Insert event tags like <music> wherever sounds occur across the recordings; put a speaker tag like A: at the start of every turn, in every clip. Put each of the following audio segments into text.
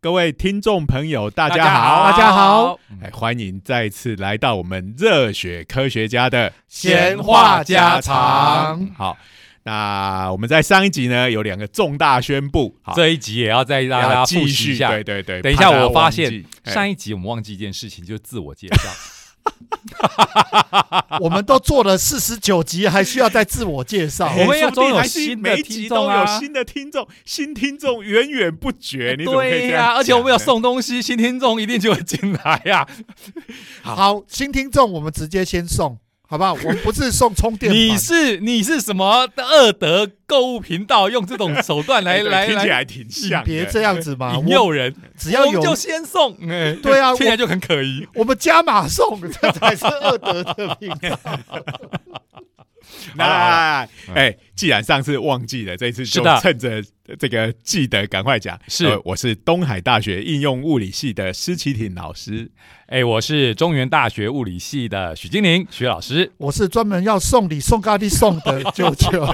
A: 各位听众朋友，大
B: 大家
A: 家好，
B: 好
C: 大家好，
A: 哎，欢迎再次来到我们热血科学家的
B: 闲话家常。
A: 好，那我们在上一集呢有两个重大宣布，好，
B: 这一集也要再让大
A: 要
B: 家
A: 继
B: 复习
A: 续
B: 一下。
A: 对对对，
B: 等一下
A: 怕大家
B: 我发
A: 忘记
B: 现
A: 哎
B: 上一集我们忘记一件事情，就是自我介绍。
C: <laughs> 我们都做了四十九集，还需要再自我介
A: <laughs>
C: 绍？
A: 哎
B: 我们要
A: 说不定
B: 总有
A: 还是
B: 新的
A: 每一
B: 听
A: 集
B: 众
A: 都有
B: 啊
A: 新的听众，新听众源源不绝，你怎么可以
B: 对
A: 这样
B: 而且我们有
A: 讲呢
B: 送东西，新听众一定就会进来啊呀、
C: 好，新听众，我们直接先送，好不好？我们不是送充电
B: 你
C: 板，
B: 是你是什么恶德购物频道？用这种手段来
A: <laughs> 哎对
B: 来
A: 听起
B: 来
A: 来挺
C: 你
A: 像的，
C: 嗯别这样子嘛！
B: 引
C: 我
B: 诱人，
C: 只要
B: 我们
C: 有
B: 就先送。哎
C: 对啊
B: 听起来就很可疑。
C: 我们加码送， <laughs> 这才是恶德的品
A: <laughs>
C: 道。
B: 好
A: 那
B: 啦
A: 哎，既然上次忘记了，这次
B: 是
A: 就
B: 的
A: 趁着这个记得赶快讲。
B: 是
A: 呃我是东海大学应用物理系的施启挺老师。
B: 哎，我是中原大学物理系的许金玲许老师。
C: 我是专门要送礼送咖喱送的
A: <laughs>
C: 舅舅，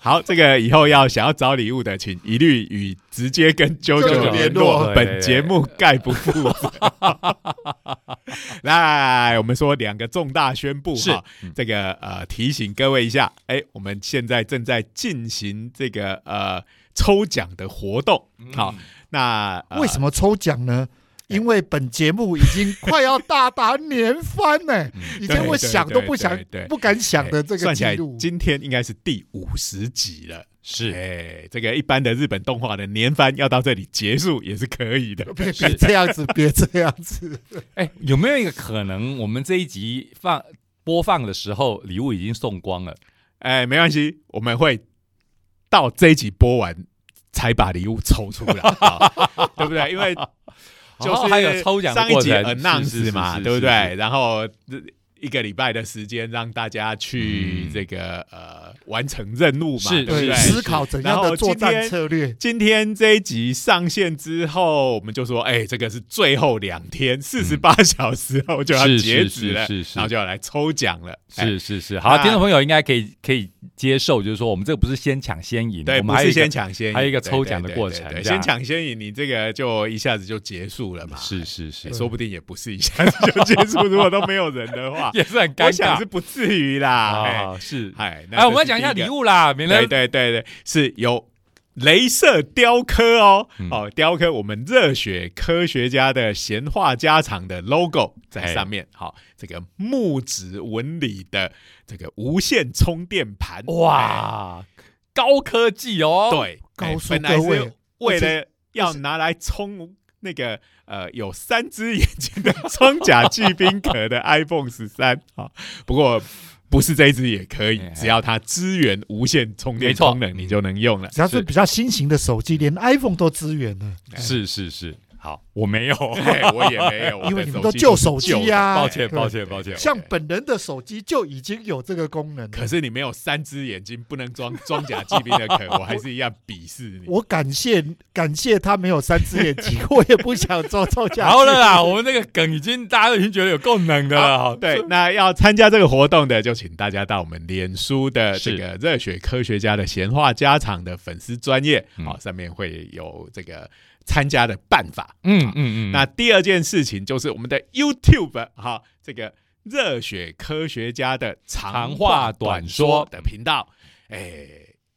A: 好，这个以后要想要找礼物的，请一律与直接跟啾
C: 啾
A: 啾
C: 啾
A: 联
C: 联
A: 络
B: 对对
C: 络。
A: 本
B: 对
A: 节目概不负责。 <laughs> 来，我们说两个重大宣布
B: 是
A: 哈，这个呃提醒各位一下，哎，我们现在正在进行这个呃抽奖的活动。
B: 嗯
A: 好，那呃
C: 为
A: 么？
C: 什么抽奖呢？
A: 哎
C: 因为本节目已经快要大达年番呢、已经我想都不想
A: 嗯对对对对、哎
C: 不敢想的这个
A: 算起
C: 记
A: 来
C: 录，
A: 今天应该是第五十集了。
B: 是
A: 哎，这个一般的日本动画的年番要到这里结束也是可以的。
C: <laughs> 别别这样子，别这样子。
B: 哎，有没有一个可能，我们这一集放播放的时候，礼物已经送光了？
A: 哎，没关系，我们会到这一集播完才把礼物抽出来，好对不对？因为就
B: 哦
A: 是
B: 还有抽奖的
A: 上一集
B: 过程是是
A: announce
B: 是
A: 嘛，
B: 是
A: 对不
B: 是
A: 对
B: 是？
A: 然后这一个礼拜的时间让大家去
B: 嗯
A: 这个呃完成任务嘛，
B: 是
A: 对不
B: 是
A: 对？
B: 是
C: 思考怎样的作战策略。
A: 今天这一集上线之后，我们就说，哎、这个是最后两天，四十八 <laughs> 小时后就要
B: 嗯是
A: 截
B: 是
A: 止了，
B: 是是是
A: 然后就要来抽奖了。哎
B: 是是是，好，
A: 那
B: 听众朋友应该可以可以接受，就是说我们这个不是先抢先赢，
A: 对，
B: 我们
A: 不
B: 还有
A: 是
B: 一个
A: 先抢先赢，
B: 还有一个
A: 对
B: 抽奖的
A: 对对
B: 过
A: 对
B: 程
A: 对
B: 这
A: 先
B: 样
A: 抢先赢，你这个就一下子就结束了嘛。
B: 是是是
A: 哎，说不定也不是一下子就结束，如果都没有人的话
B: <laughs> ，也是很尴
A: 我想是
B: 尬
A: 不至于啦。哎、
B: 啊，是。
A: 哎，那
B: 哎，我们要
A: 这是
B: 讲一下
A: 第
B: 礼
A: 个
B: 物啦，免
A: 对
B: 得
A: 对对对，是有镭射雕刻哦，
B: 嗯
A: 哦，雕刻我们热血科学家的闲话家常的 logo 在上面。好、这个木质纹理的这个无线充电盘，哎
C: 哦
B: 哇，高科技哦，，
A: 对，哎
C: 告诉
A: 本来
C: 各
A: 是
C: 位
A: 为了要拿来充那个呃有三只眼睛的 <laughs> 装甲骑兵壳的 iPhone 十三啊，不过。不是这一只也可以
B: 哎哎，
A: 只要它支援无线充电
B: 没错
A: 功能，你就能用了。
C: 只要
B: 是
C: 是比较新型的手机，
A: 嗯
C: 连 iPhone 都支援了。
B: 是是是，哎好，我没有，
A: <laughs> 哎，我也没有，
C: 因
A: 我的
C: 为你们
A: 手
C: 都
A: 机
C: 旧
A: 是
C: 手机啊
A: 旧的
C: 呀
B: 抱歉
A: 对
B: 抱歉抱歉
C: 像本人的手机就已经有这个功能了。
A: 可是你没有三只眼睛，不能装装甲骑兵的壳，我还是一样鄙视你。
C: 我感谢感谢他没有三只眼睛，我也不想做做
A: <laughs>
C: 假。
B: 好了啦，我们那个梗已经大家都已经觉得有够冷的了，好
A: 对，那要参加这个活动的，就请大家到我们脸书的这
B: 是
A: 个热血科学家的闲话家常的粉丝专业，
B: 嗯
A: 好、上面会有这个参加的办法。
B: 嗯嗯嗯，
A: 那第二件事情就是我们的 YouTube 哈、这个热血科学家的长
B: 长话
A: 话
B: 短
A: 短
B: 说
A: 说的频道，哎，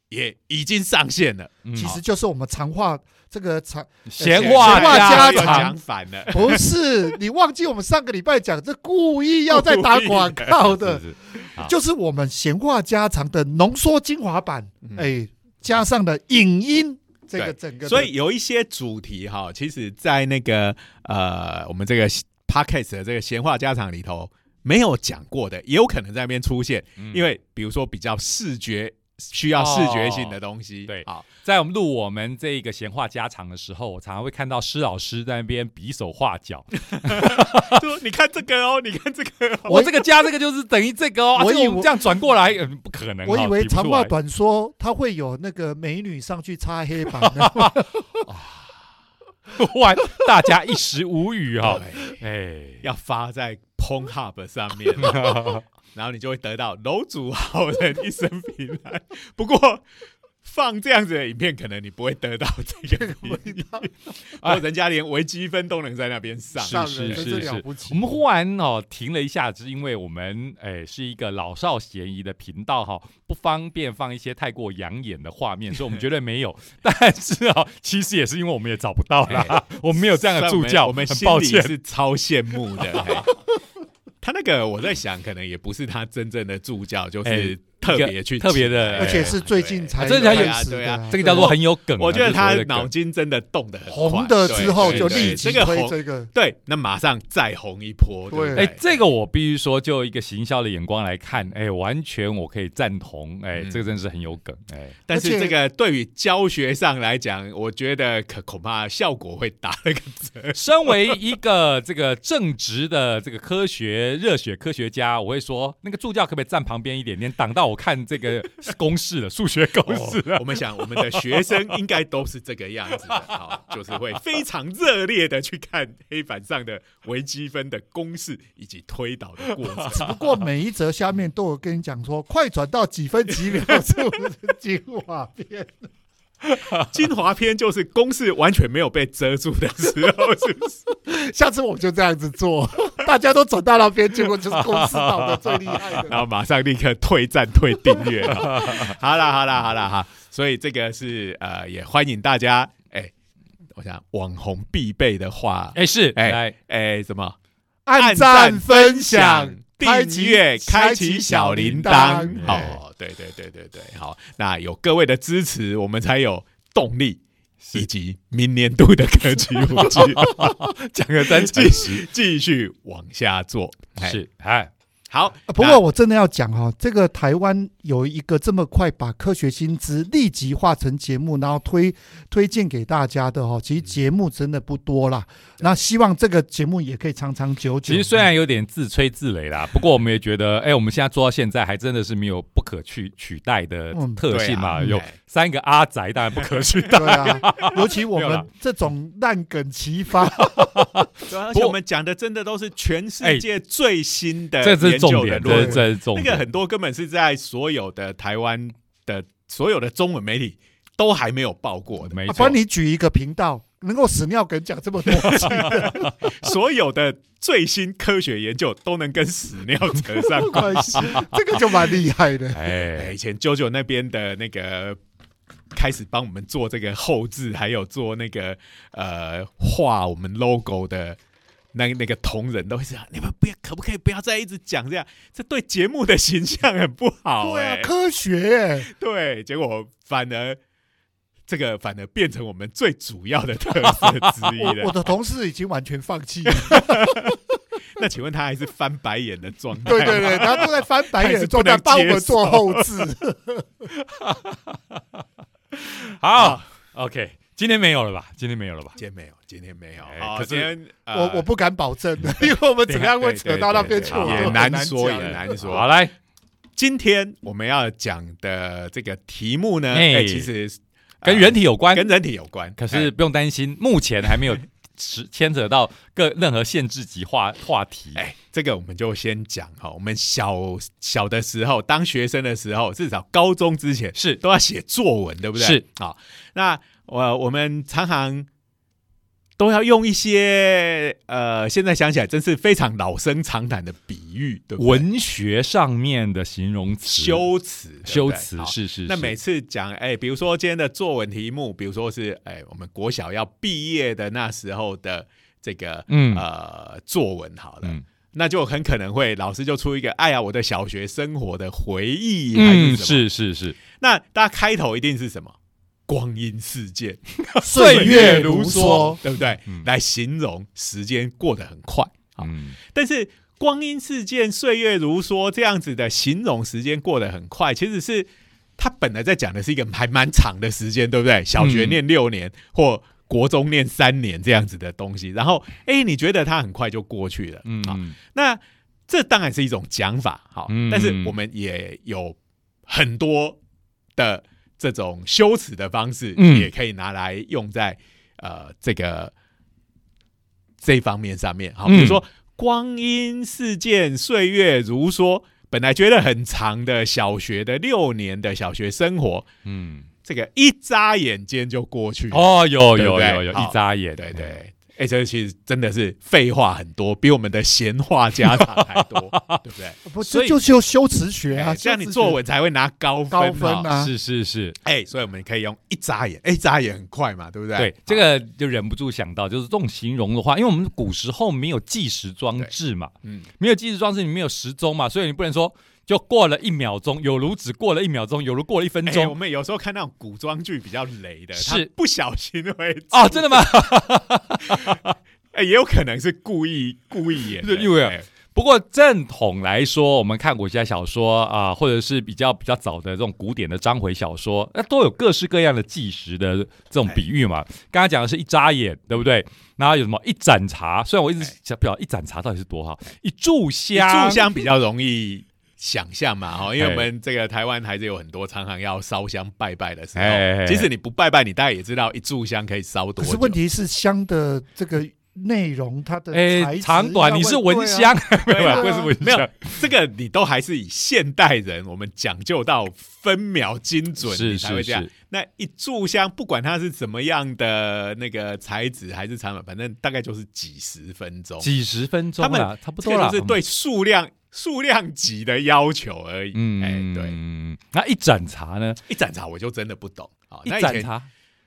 A: 也已经上线了。
B: 嗯
C: 其
B: 好
C: 实就是我们长话这个长 <laughs>
A: 呃
B: 闲
C: 话
B: 家
C: 家
A: 又
C: 常。
A: 讲反了
C: 不是你忘记我们上个礼拜讲，这故意要再打广 <laughs> 告
A: <laughs>
C: 的，
B: 是是好
C: 就是我们闲话家常的浓缩精华版，
A: 嗯
C: 哎，加上了影音这个
A: 对
C: 整个的，
A: <laughs> 所以有一些主题哈，其实，在那个呃，我们这个 podcast 的这个闲话家常里头没有讲过的，也有可能在那边出现，
B: 嗯
A: 因为比如说比较视觉需要视觉性的东西，
B: 哦对
A: 好， <laughs>
B: 在我们录我们这个闲话家常的时候，我常常会看到施老师在那边比手画脚。
C: <laughs>
A: 就你看这个哦，你看这个、哦，
B: 我这个加这个就是等于这个哦，啊
C: 我
B: 这个
C: 以
B: 我们
C: 为
B: 这样转过来，呃不可能哦。
C: 我以为
B: 比不出
C: 长话
B: 来
C: 短说，它会有那个美女上去擦黑板
B: <laughs>
C: 的，
A: 啊
B: 哇，大家一时无语
C: <laughs>
B: 哈。
A: 对
B: 哎，
A: 哦要发在 p o n Hub 上
B: <laughs>
A: 面，然后你就会得到楼主好人一生平安。不过放这样子的影片，可能你不会得到这个
C: <laughs> 味道
A: 哦，人家连微积分都能在那边上，
C: 上
B: 是
C: 人
B: 是
C: 真
B: 是
C: 是了不起
B: 我。们忽然哦停了一下，是因为我们哎是一个老少咸宜的频道哈、不方便放一些太过养眼的画面，所以我们绝对没
C: <laughs>
B: 有。但是哦，其实也是因为我们也找不到啦，
C: 哎
A: 哎
B: 我们没有这样的助教，
A: 我们
B: 很
A: 心
B: 抱
A: 里
B: 歉。
A: 是超羡慕的。嘿他那个我在想，可能也不是他真正的助教，就
B: 哎
A: 是特别去
B: 特别
A: 请哎
B: 的
C: 而且是最近才
A: 对
B: 这才有
C: 开始
A: 对
C: 的
A: 啊，
B: 这个叫做很有梗啊、
A: 我觉得他
B: 这个所谓的梗
A: 脑筋真的动得很快
C: 红的之后就立
A: 对对对
C: 即
A: 这个
C: 推
A: 红，<laughs>
C: 这个，
A: 对，那马上再红一波，对不
C: 对
A: 对
B: 哎，这个我必须说，就一个行销的眼光来看，哎，完全我可以赞同，哎，
A: 嗯
B: 这个真是很有梗，哎，
A: 但
C: 而且
A: 是这个对于教学上来讲，我觉得可恐怕效果会打了个折。
B: 身为一个这个正直的这个科学热血科学家，我会说，那个助教可不可以站旁边一点点，挡到我看这个公式了，数学公式了。
A: 哦我们想，我们的学生应该都是这个样子的，好，就是会非常热烈的去看黑板上的微积分的公式以及推导的过程。
C: 不过每一则下面都有跟你讲说，快转到几分几秒出精华片，
A: 精华篇就是公式完全没有被遮住的时候，是不是？
C: 下次我就这样子做， <laughs> 大家都转到那边，结果就是公司倒的最厉害
A: 然 <laughs>
C: 的。
A: 后马上立刻退赞、退订阅。 <laughs> 好啦，好啦，好啦，哈。所以这个是呃，也欢迎大家。哎、我想网红必备的话，
B: 哎，是，
A: <laughs> 哎
B: 哎，
A: 哎、什么？
C: 按赞、分享、
A: 订阅、开启小铃铛。
B: 哎
A: 哦，对对对对对，好，那有各位的支持，我们才有动力，以及明年度的科技 <laughs> 五 G
B: 讲个真
A: 继
B: 诚实，
A: 续继续往下做。哎
B: 是，哎，
A: 好，
C: 啊不过我真的要讲哈、这个台湾有一个这么快把科学新知立即化成节目，然后推推荐给大家的哈、其实节目真的不多啦。那希望这个节目也可以长长久久。
B: 其实虽然有点自吹自擂啦，不过我们也觉得，哎、我们现在做到现在，还真的是没有不可去取代的
C: 嗯
B: 特性嘛。
A: 对啊
B: 有
A: 哎
B: 三个阿宅，当然不可取代。
C: 对啊，尤其我
B: 没有啦
C: 们这种烂梗齐发，
A: 对啊而且
B: 不过哎
A: 我们讲的真的都是全世界最新的
B: 这是
A: 呃研究
B: 重
A: 的
B: 点，
A: 论
B: 这
A: 文
B: 是这是重
A: 那
B: 点。
A: 个很多根本是在所有的台湾的所有的中文媒体都还没有报过的，
B: 没
C: 啊
B: 错
C: 帮，你举一个频道能够屎尿梗讲这么多集的，
A: 所有的最新科学研究都能跟屎尿扯上
C: 没
A: 关。
C: 关系，这个就蛮厉害的。
A: 哎，
B: 哎
A: 以，前九九那边的那个开始帮我们做这个后置，还有做那个呃画我们 logo 的。那那个同仁都会这样，你们不要可不可以不要再一直讲这样，这对节目的形象很不好、
C: 对啊
A: 哎，
C: 科学、欸，
A: 对，结果反而这个反而变成我们最主要的特色之一
C: 我 <laughs> 我
A: 了。
C: 的同事已经完全放弃了。
A: 那请问他还是翻白眼的状态？
C: 对对对，他都在翻白眼的状态，
A: 还是不
C: 帮
A: 能
C: 我
A: 接受
C: 们做后置。
B: 好，OK，今天没有了吧？今天没有了吧？
A: 今天没有，今天没有。
B: 哎
A: 好
B: 可是
A: 今天呃
C: 我我不敢保证， <laughs> 因为我们怎么样会
A: 对
C: 扯到那边去，
A: 对对
C: 我
A: 对
C: <laughs> 都
A: 也
C: 很
A: 难说，
C: 讲
A: 也难说。
B: 好，来，
A: 今天我们要讲的这个题目呢，
B: 哎
A: 哎、其实呃
B: 跟人体有关，
A: 跟哎人体有关，
B: 可是不用担心，目前还没有 <laughs> 牵牵扯到各任何限制级话话题。
A: 哎、哎这个我们就先讲哈。我们小小的时候，当学生的时候，至少高中之前
B: 是
A: 都要写作文，对不对？
B: 是
A: 好，那我、我们常常都要用一些呃，现在想起来真是非常老生常谈的比喻，对不对？
B: 文学上面的形容词，
A: 修辞，对不对啊
B: 修辞
A: 好
B: 是是。
A: 那
B: 是
A: 每次讲，哎、比如说今天的作文题目，比如说是，哎、我们国小要毕业的那时候的这个，
B: 嗯
A: 呃，作文好了，
B: 嗯
A: 那就很可能会老师就出一个，哎呀，我的小学生活的回忆，还
B: 嗯
A: 是什么？
B: 是是是，
A: 那大家开头一定是什么？光阴似箭，
C: 岁月如
A: 梭
C: 梭，
A: 对不对？
B: 嗯
A: 来形容时间过得很快。好
B: 嗯
A: 但是光阴似箭、岁月如梭这样子的形容时间过得很快，其实是他本来在讲的是一个还蛮长的时间，对不对？小学念六年、或国中念三年这样子的东西，然后哎，你觉得它很快就过去了，嗯，好，
B: 嗯，
A: 那这当然是一种讲法，好，
B: 嗯
A: 但是我们也有很多的这种修辞的方式，
B: 嗯
A: 也可以拿来用在呃这个这方面上面，好，比如
B: 嗯
A: 说光阴似箭，岁月如梭。本来觉得很长的小学的六年的小学生活，
B: 嗯，
A: 这个一眨眼间就过去了。
B: 哦，有
A: 对不
B: 有
A: 对
B: 有有，
A: 好
B: 一眨眼，
A: 对对，哎、这其实真的是废话很多，比我们的闲话家常还多，
B: <laughs>
A: 对不对？
C: 不，
A: 所
C: 这
A: 以
C: 就是修辞学啊，
A: 哎这样
C: 修
A: 你
C: 辞学
A: 作文才会拿高分、
C: 高分
A: 啊。
C: 啊
B: 嗯是是是，
A: 哎、所以我们可以用一眨眼，哎、一眨眼很快嘛，对不对？
B: 对，这个就忍不住想到，就是这种形容的话，因为我们古时候没有计时装置嘛，
A: 嗯，
B: 没有计时装置，你没有时钟嘛，所以你不能说就过了一秒钟，有如只过了一秒钟，有如过了一分
A: 哎、我
B: 钟。
A: 们有时候看那种古装剧比较雷的，
B: 是
A: 他不小心会
B: 哦，真的吗？ <laughs>
A: 哎、也有可能是故意故意演的，
B: 对因为啊
A: 哎
B: 不过正统来说，我们看武侠小说啊、或者是比较比较早的这种古典的章回小说，那都有各式各样的计时的这种比喻嘛。刚刚讲的是一眨眼，对不对？然后有什么一盏茶？虽然我一直想不晓得一盏茶到底是多好，一炷香，
A: 炷香比较容易想象嘛，哦哈，因为
B: 哎
A: 我们这个台湾还是有很多常常要烧香拜拜的时
B: 哎哎
A: 候，
B: 哎
A: 即使你不拜拜，你大概也知道一炷香可以烧多
C: 可
A: 久。
C: 是问题是香的这个内容，它的材
B: 哎，
C: 质
B: 长短
C: 要
B: 你是
C: 问
B: 闻
C: <laughs> 对啊
B: 香，没有
A: 对
B: 啦，
A: 啊
B: 不是闻
A: <laughs> 没有
B: 香，
A: 这个你都还是以现代人，我们讲究到分秒精准，
B: 是
A: 你才会
B: 是
A: 这样
B: 是。
A: 那一炷香，不管它是怎么样的那个材质还是产品，反正大概就是几十分钟，
B: 几十分钟啊
A: 他们
B: 啦，差不
A: 这
B: 多
A: 个
B: 啦。
A: 就是对数量数量级的要求而已。
B: 嗯，
A: 哎，对，
B: 对。那一盏茶呢？
A: 一盏茶我就真的不懂啊。
B: 哦一
A: 那以
B: 盏
A: 前
B: 茶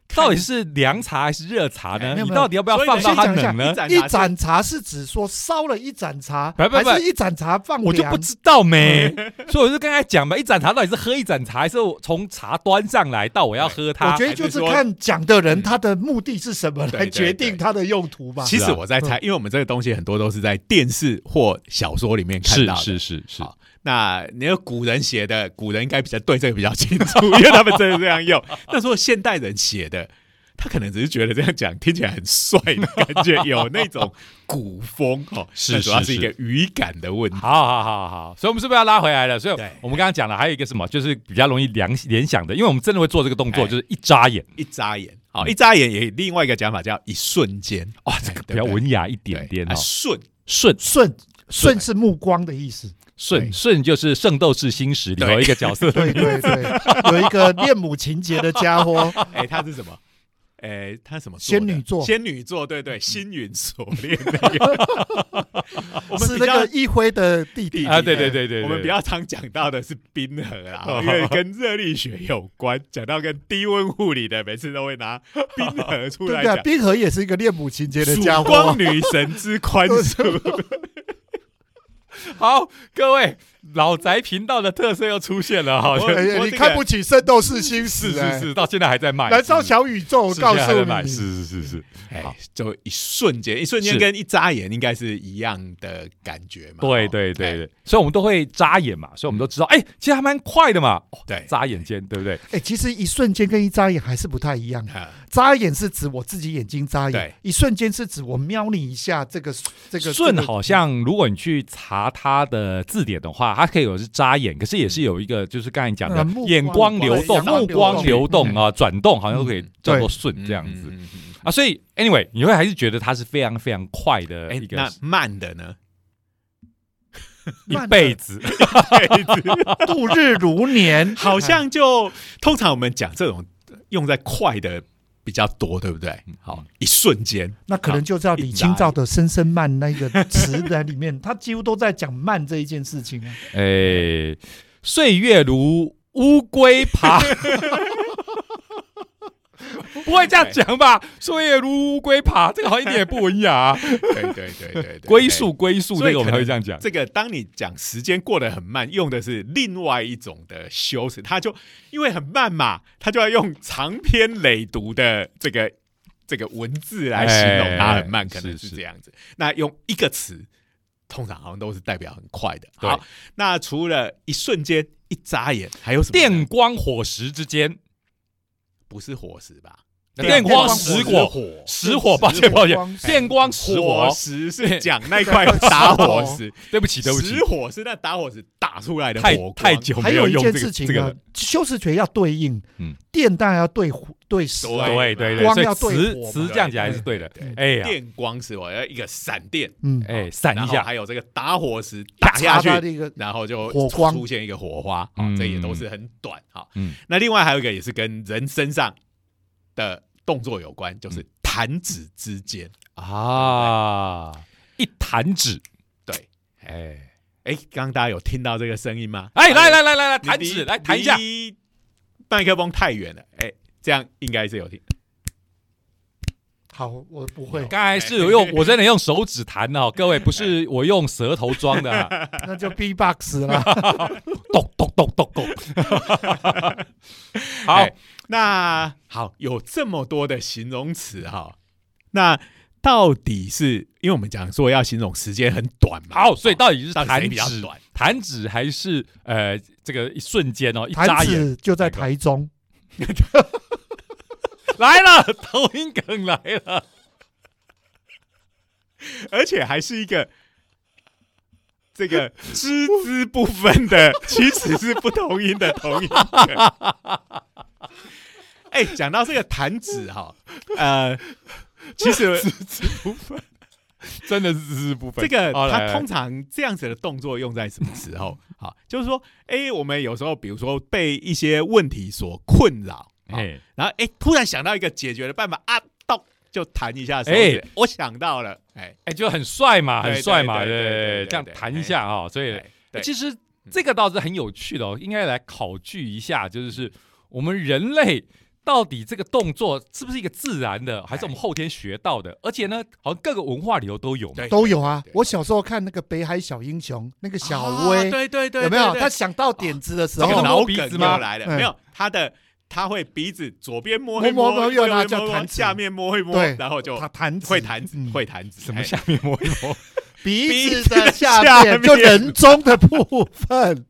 A: 看
B: 到底是凉茶还是热茶
A: 哎
B: 呢？
C: 没有
B: 你
C: 没有
B: 到底要不要
A: 所以
B: 放
A: 你
B: 到
A: 先
B: 它
C: 讲一下
B: 冷呢？
C: 一
A: 一盏
C: 盏茶是指说烧了一盏茶，
B: 不不不
C: 还是一盏茶放
B: 我就
C: 凉
B: 不知道没， <laughs> 所以我就刚才讲嘛，一盏茶到底是喝一盏茶，还是我从茶端上来到我要喝它？
C: 我觉得
A: 还是
C: 就是
A: 说
C: 看讲的人
A: 嗯
C: 他的目的是什么
A: 对
C: 来
A: 对
C: 决
A: 对
C: 定它的用途吧。
A: 其
B: 是
A: 实
B: 啊
A: 我在猜，
C: 嗯
A: 因为我们这个东西很多都是在电视或小说里面看
B: 是
A: 到的。
B: 是是是
A: 好，那你有古人写的，古人应该比较对这个比较清楚，因为他们真的这样
B: <laughs>
A: 用。那时候现代人写的，他可能只是觉得这样讲听起来很帅的感觉，有那种古风哦。
B: 是
A: 那主要
B: 是
A: 是一
B: 是
A: 个语感的问题。
B: 好好好好，所以我们是不是要拉回来了？所以
A: 对
B: 我们刚刚讲了，还有一个什么，就是比较容易联联想的，因为我们真的会做这个动作，
A: 哎
B: 就是一眨眼，
A: 一眨眼，好，
B: 嗯
A: 一眨眼也另外一个讲法叫一瞬间，
B: 哇，这个比
A: 对
B: 较
A: 不对
B: 文雅一点
A: 对
B: 点
A: 啊
B: 哦，
A: 瞬
B: 顺
C: 顺顺是目光的意思，
B: 顺
A: 对
B: 顺就是《圣斗士星矢》里头
A: 对
B: 一个角色， <laughs>
C: 对对对，有一个恋母情节的家伙，
A: 哎，他是什么？ <laughs> 哎，他什么座
C: 仙
A: 的
C: 女座
A: 仙女座，对对，
B: 嗯
A: 星云锁链那个。
C: <laughs>
A: 我们
C: 是
A: 比
C: 那
A: 较
C: 个一辉的弟弟
B: 啊，对对对对对，
A: 我们比较常讲到的是冰河啊
B: <laughs>
A: 啦，因为跟热力学有关。讲到跟低温护理的，每次都会拿冰河出
C: 对
A: 来
C: <laughs> 不对啊？
A: 讲。
C: 冰河也是一个恋母情节的
A: 曙
C: 家伙
A: 光，女神之宽
C: <laughs>
A: 恕，
B: 好，各位老宅频道的特色又出现了哈，
A: 我
B: 就是
C: 哎
A: 我
C: 你
A: 这
C: 看
A: 个
C: 不起《圣斗士星
B: 是
C: 矢》
B: 是啊
C: 哎，
B: 是，到现在还在卖，
C: 燃烧
B: 是
C: 小宇宙，我
B: 是
C: 告
B: 现在还在
C: 诉
B: 卖
C: 你，
B: 是是是是，
A: 哎
B: 好，
A: 就一瞬间，一瞬间
B: 是
A: 跟一眨眼应该是一样的感觉嘛。
B: 对
A: 哦
B: 对对
A: 哎
B: 对，所以我们都会眨眼嘛，所以我们都知道，哎，其实还蛮快的嘛，哦
A: 对
B: 眨眼间，对不对？
C: 哎，其实一瞬间跟一眨眼还是不太一样的。
A: 啊
C: 眨眼是指我自己眼睛眨
A: 对
C: 眼，一瞬间是指我瞄你一下，这个这个
B: 顺
C: 这个
B: 好像如果你去查它的字典的话，它可以有是眨眼，可是也是有一个就是刚才讲的
C: 嗯目
B: 眼光
C: 光
B: 流动、
A: 对
B: 目光流动
A: 嗯
B: 啊、转动，好像都可以叫做
C: 对
B: 顺 <laughs> 这样子
A: 嗯。嗯嗯嗯
B: 啊，所以 anyway，你会还是觉得它是非常非常快的
A: 哎
B: 一，个
A: 那慢的呢？，
B: 一
C: 慢的
B: 辈子，
C: 度日如年
A: 好像就通常我们讲这种用在快的比较多，对不对？
B: <laughs>
A: 好，一瞬间，
C: 那可能就是要李清照的《声声慢》那个词在里面，他几乎都在讲慢这一件事情啊。
B: 哎，岁月如乌龟
A: <laughs>
B: 爬。不会这样讲吧？岁月如乌龟爬，这个好像一点也不文雅、
A: <laughs>
B: 啊。
A: 对对对对对，
B: 龟速龟速，
A: 所
B: 这
A: 以
B: 个我
A: 可
B: 们
A: 能
B: 会这样讲。
A: 这个，当你讲时间过得很慢，用的是另外一种的修饰，它就因为很慢嘛，它就要用长篇累读的这个这个文字来形容它很慢，
B: 哎
A: 可能
B: 是
A: 是
B: 是
A: 这样子。那用一个词，通常好像都是代表很快的。
B: 对
A: 好，那除了一瞬间、一眨眼，还有什么呢？
B: 电光火石之间，
A: 哦不是火石吧？
B: 电
C: 光
B: 石
A: 火
B: 火
A: 火
B: 石火，抱
C: 石
B: 歉
C: 火
B: 抱歉
C: 光，石
B: 电光石火
A: <laughs> 火，石是讲那块打火石，
B: <laughs> 对不起对不起
A: 石，火是那打火石大打出来的
B: 太
A: 火光
B: 太久
C: 还
B: 没
C: 有一
B: 用
C: 件
B: 这
C: 事
B: 个
C: 情
B: 这
C: 啊
B: 个，
C: 修辞学要对应，
B: 嗯
C: 电当然要对火对时啊，
B: 对对
C: 光
B: 对，
C: 要
B: 所
C: 对
B: 以
C: 火
B: 词
C: 嘛
B: 词这样起来是对的
A: 对。
B: 哎呀，
A: 电光石火，要一个闪电，
C: 嗯，
B: 哎，闪
A: 然
B: 一
A: 后
B: 下，
A: 还有这个打火石
C: 打
A: 打下去，
C: 的一个
A: 然后就
C: 火光
A: 出现一个火花，啊、
B: 嗯
A: 这也都是很短啊。
B: 嗯
A: 那另外还有一个也是跟人身上的动作有关，
B: 嗯
A: 就是弹指之间。
B: 啊，一弹指，
A: 对，
B: 哎
A: 哎，刚刚大家有听到这个声音吗？
B: 哎，来来来来来，
A: 你
B: 弹
A: 离
B: 指，来弹一下，，
A: 离麦克风太远了，哎，这样应该是有听。
C: 好，我不
B: <laughs>
C: 会，
B: 刚才是有用，我真的用手指弹的哦，各位
A: <laughs>
B: 不是我用舌头装的啊，
C: 那就 B box 啦。
B: 咚咚咚咚
A: <laughs>
B: 咚。好
A: 哎，那好，有这么多的形容词哈，那到底是因为我们讲说要形容时间很短嘛？哦
B: 好，所以到底是
A: 到底
B: 弹
A: 谁比较
B: 指
A: 短，
B: 弹指还是呃这个一瞬间哦，一眨
C: 弹
B: 眼
C: 指就在
B: 哪个
C: 台中，
B: 来了，抖音梗来了，
A: 而且还是一个这个 <laughs> 只字不分的，其实是不同音的同音梗。 <laughs> 哎、讲到这个弹指哈，呃，其实
B: 真的是知识不
A: 这
B: 分。
A: 个
B: 好来
A: 它
B: 来
A: 通常这样子的动作用在什么时候？ <laughs> 好，就是说，哎、我们有时候比如说被一些问题所困扰，哎、
B: 哎
A: 然后哎、突然想到一个解决的办法啊，到就弹一下手
B: 哎
A: 指，我想到了，哎、
B: 哎，就很帅嘛，
A: 对
B: 很帅嘛，
A: 对对对
B: 对
A: 对对
B: 这样
A: 对
B: 弹一下啊，所以
A: 哎对
B: 其实这个倒是很有趣的哦，应该来考据一下，就是我们人类到底这个动作是不是一个自然的，还是我们后天学到的？而且呢，好像各个文化里头都有嘛。
A: 对
C: 都有啊
A: 对。对
C: 我小时候看那个《北海小英雄》，那个小
A: 啊
C: 薇
A: 对对对，
C: 有没有？
A: 对对
C: 他想到点子的时
A: 这
B: 然
A: 个
B: 后
C: 候，
A: 脑
B: 摸
A: 梗
B: 鼻子
A: 又
B: 吗
A: 来
C: 嗯
A: 了，没有他的，他会鼻子左边摸
C: 摸
A: 一
C: 摸摸
A: 右
C: 右拿
A: 边
C: 叫
A: 摸摸
C: 弹指
A: 下面摸一摸
C: 对，
A: 然后就
C: 他弹指
A: 会弹指
C: 嗯
A: 会弹指，
B: 什么
A: 哎
B: 下面摸一摸，
C: 鼻
A: 鼻
C: 子的
A: 子
C: 下
A: 下
C: 面，
A: 面
C: 就人中的部分。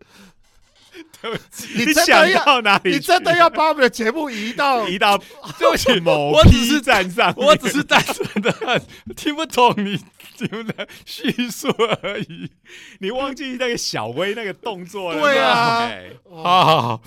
C: 你
A: 你
C: 真
A: 想
C: 的要，
A: 到哪里去？
C: 你真的要把我们的节目移
A: <laughs>
C: 到
A: 移到
B: 对不起，
A: 某
B: 哦我只是
A: P 站上面？
B: 我只是单纯的听不懂你你们的叙述而已。
A: 你忘记那个小薇那个动作了？
C: 对啊
A: 哎
B: 好好好，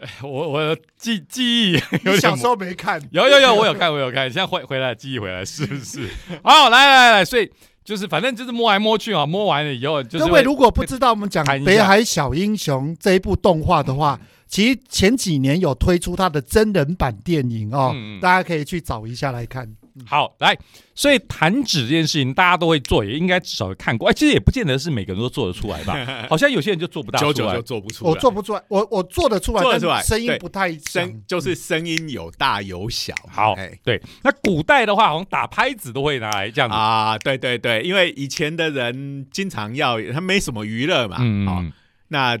B: 哎 <laughs> 我我的记记忆有
C: 你
B: 点
C: 小
B: 模
C: 时候没看，
B: 有有有，我有看，我有看，现在回回来记忆回来是不是？好，来来来，所以就是反正就是摸来摸去啊，摸完了以后就是
C: 各位如果不知道我们讲
B: 谈一
C: 《
B: 下
C: 北海小英雄》这一部动画的话，
A: 嗯
C: 其实前几年有推出它的真人版电影哦，
B: 嗯嗯
C: 大家可以去找一下来看。
B: 好来，所以弹指这件事情大家都会做，也应该至少有看过。哎，其实也不见得是每个人都做得出
A: <laughs>
B: 来吧，好像有些人就做不大啊
A: 久
B: 出
A: 久
B: 来
A: 就。做不出来，
C: 我做不出来，我我做得出来，
A: 做得出来
C: 但声音
A: 对
C: 不太像
A: 声。就是声音有大有小。
B: 好
A: 哎，
B: 对，那古代的话，好像打拍子都会拿来这样子。
A: 啊，对对对，因为以前的人经常要他没什么娱乐嘛，好，
B: 嗯
A: 那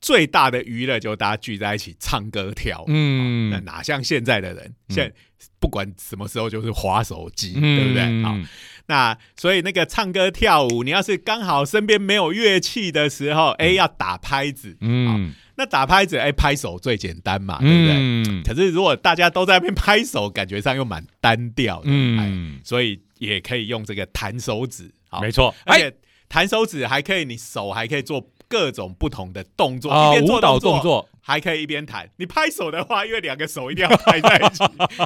A: 最大的娱乐就大家聚在一起唱歌跳。哦那
B: 嗯
A: 哪像现在的人，
B: 嗯
A: 现不管什么时候就是划手机，
B: 嗯，
A: 对不对？好，那所以那个唱歌跳舞，你要是刚好身边没有乐器的时候，哎，要打拍子，
B: 嗯，
A: 那打拍子，哎，拍手最简单嘛，啊对不对？
B: 嗯
A: 可是如果大家都在那边拍手，感觉上又蛮单调的，哎，
B: 嗯，
A: 所以也可以用这个弹手指，好，
B: 没错。
A: 而
B: 哎，
A: 且弹手指还可以，你手还可以做各种不同的动作，
B: 啊，
A: 一边做
B: 舞蹈动
A: 作，
B: 作，
A: 还可以一边弹。你拍手的话，因为两个手一定要拍在
B: <laughs>
A: 一起，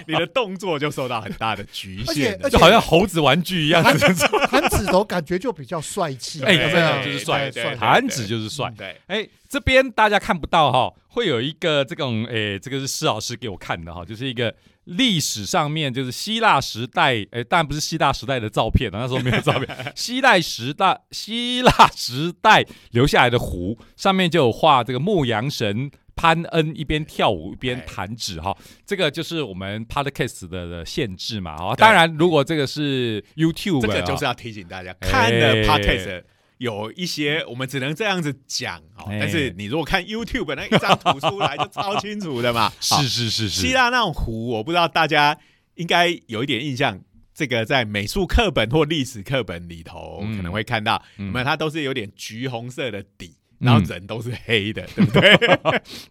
A: 你的动作就受到很大的局限了。
C: 而且
B: 就好像猴子玩具一
A: <laughs>
B: 样，
C: <laughs>
A: 哎
C: 弹指头感觉就比较帅气，
B: 哎
C: 有没
B: 对
C: 有？
B: 就是帅
A: 对对对
B: 弹指就是帅。
A: 对，
B: 哎，这边大家看不到哈，会有一个这种，哎，这个是施老师给我看的哈，就是一个历史上面就是希腊时代，哎，当然不是希腊时代的照片啊，那时候没有
A: <laughs>
B: 照片，希腊时代希腊时代留下来的湖上面就有画这个牧羊神。潘恩一边跳舞一边
A: 哎
B: 弹指哈，这个就是我们 podcast 的的限制嘛哈。
A: 对
B: 当然，如果这个是 YouTube，
A: 这个
B: 啊
A: 就是要提醒大家，
B: 哎
A: 看了 podcast 有一些我们只能这样子讲哦，
B: 哎
A: 但是你如果看 YouTube 那一张图出来就超清楚的嘛。好
B: <laughs> 是是是
A: 希
B: 是，
A: 腊那种湖，我不知道大家应该有一点印象。这个在美术课本或历史课本里头
B: 嗯
A: 可能会看到，
B: 嗯
A: 那么它都是有点橘红色的底，
B: 嗯
A: 然后人都是黑的，对不对？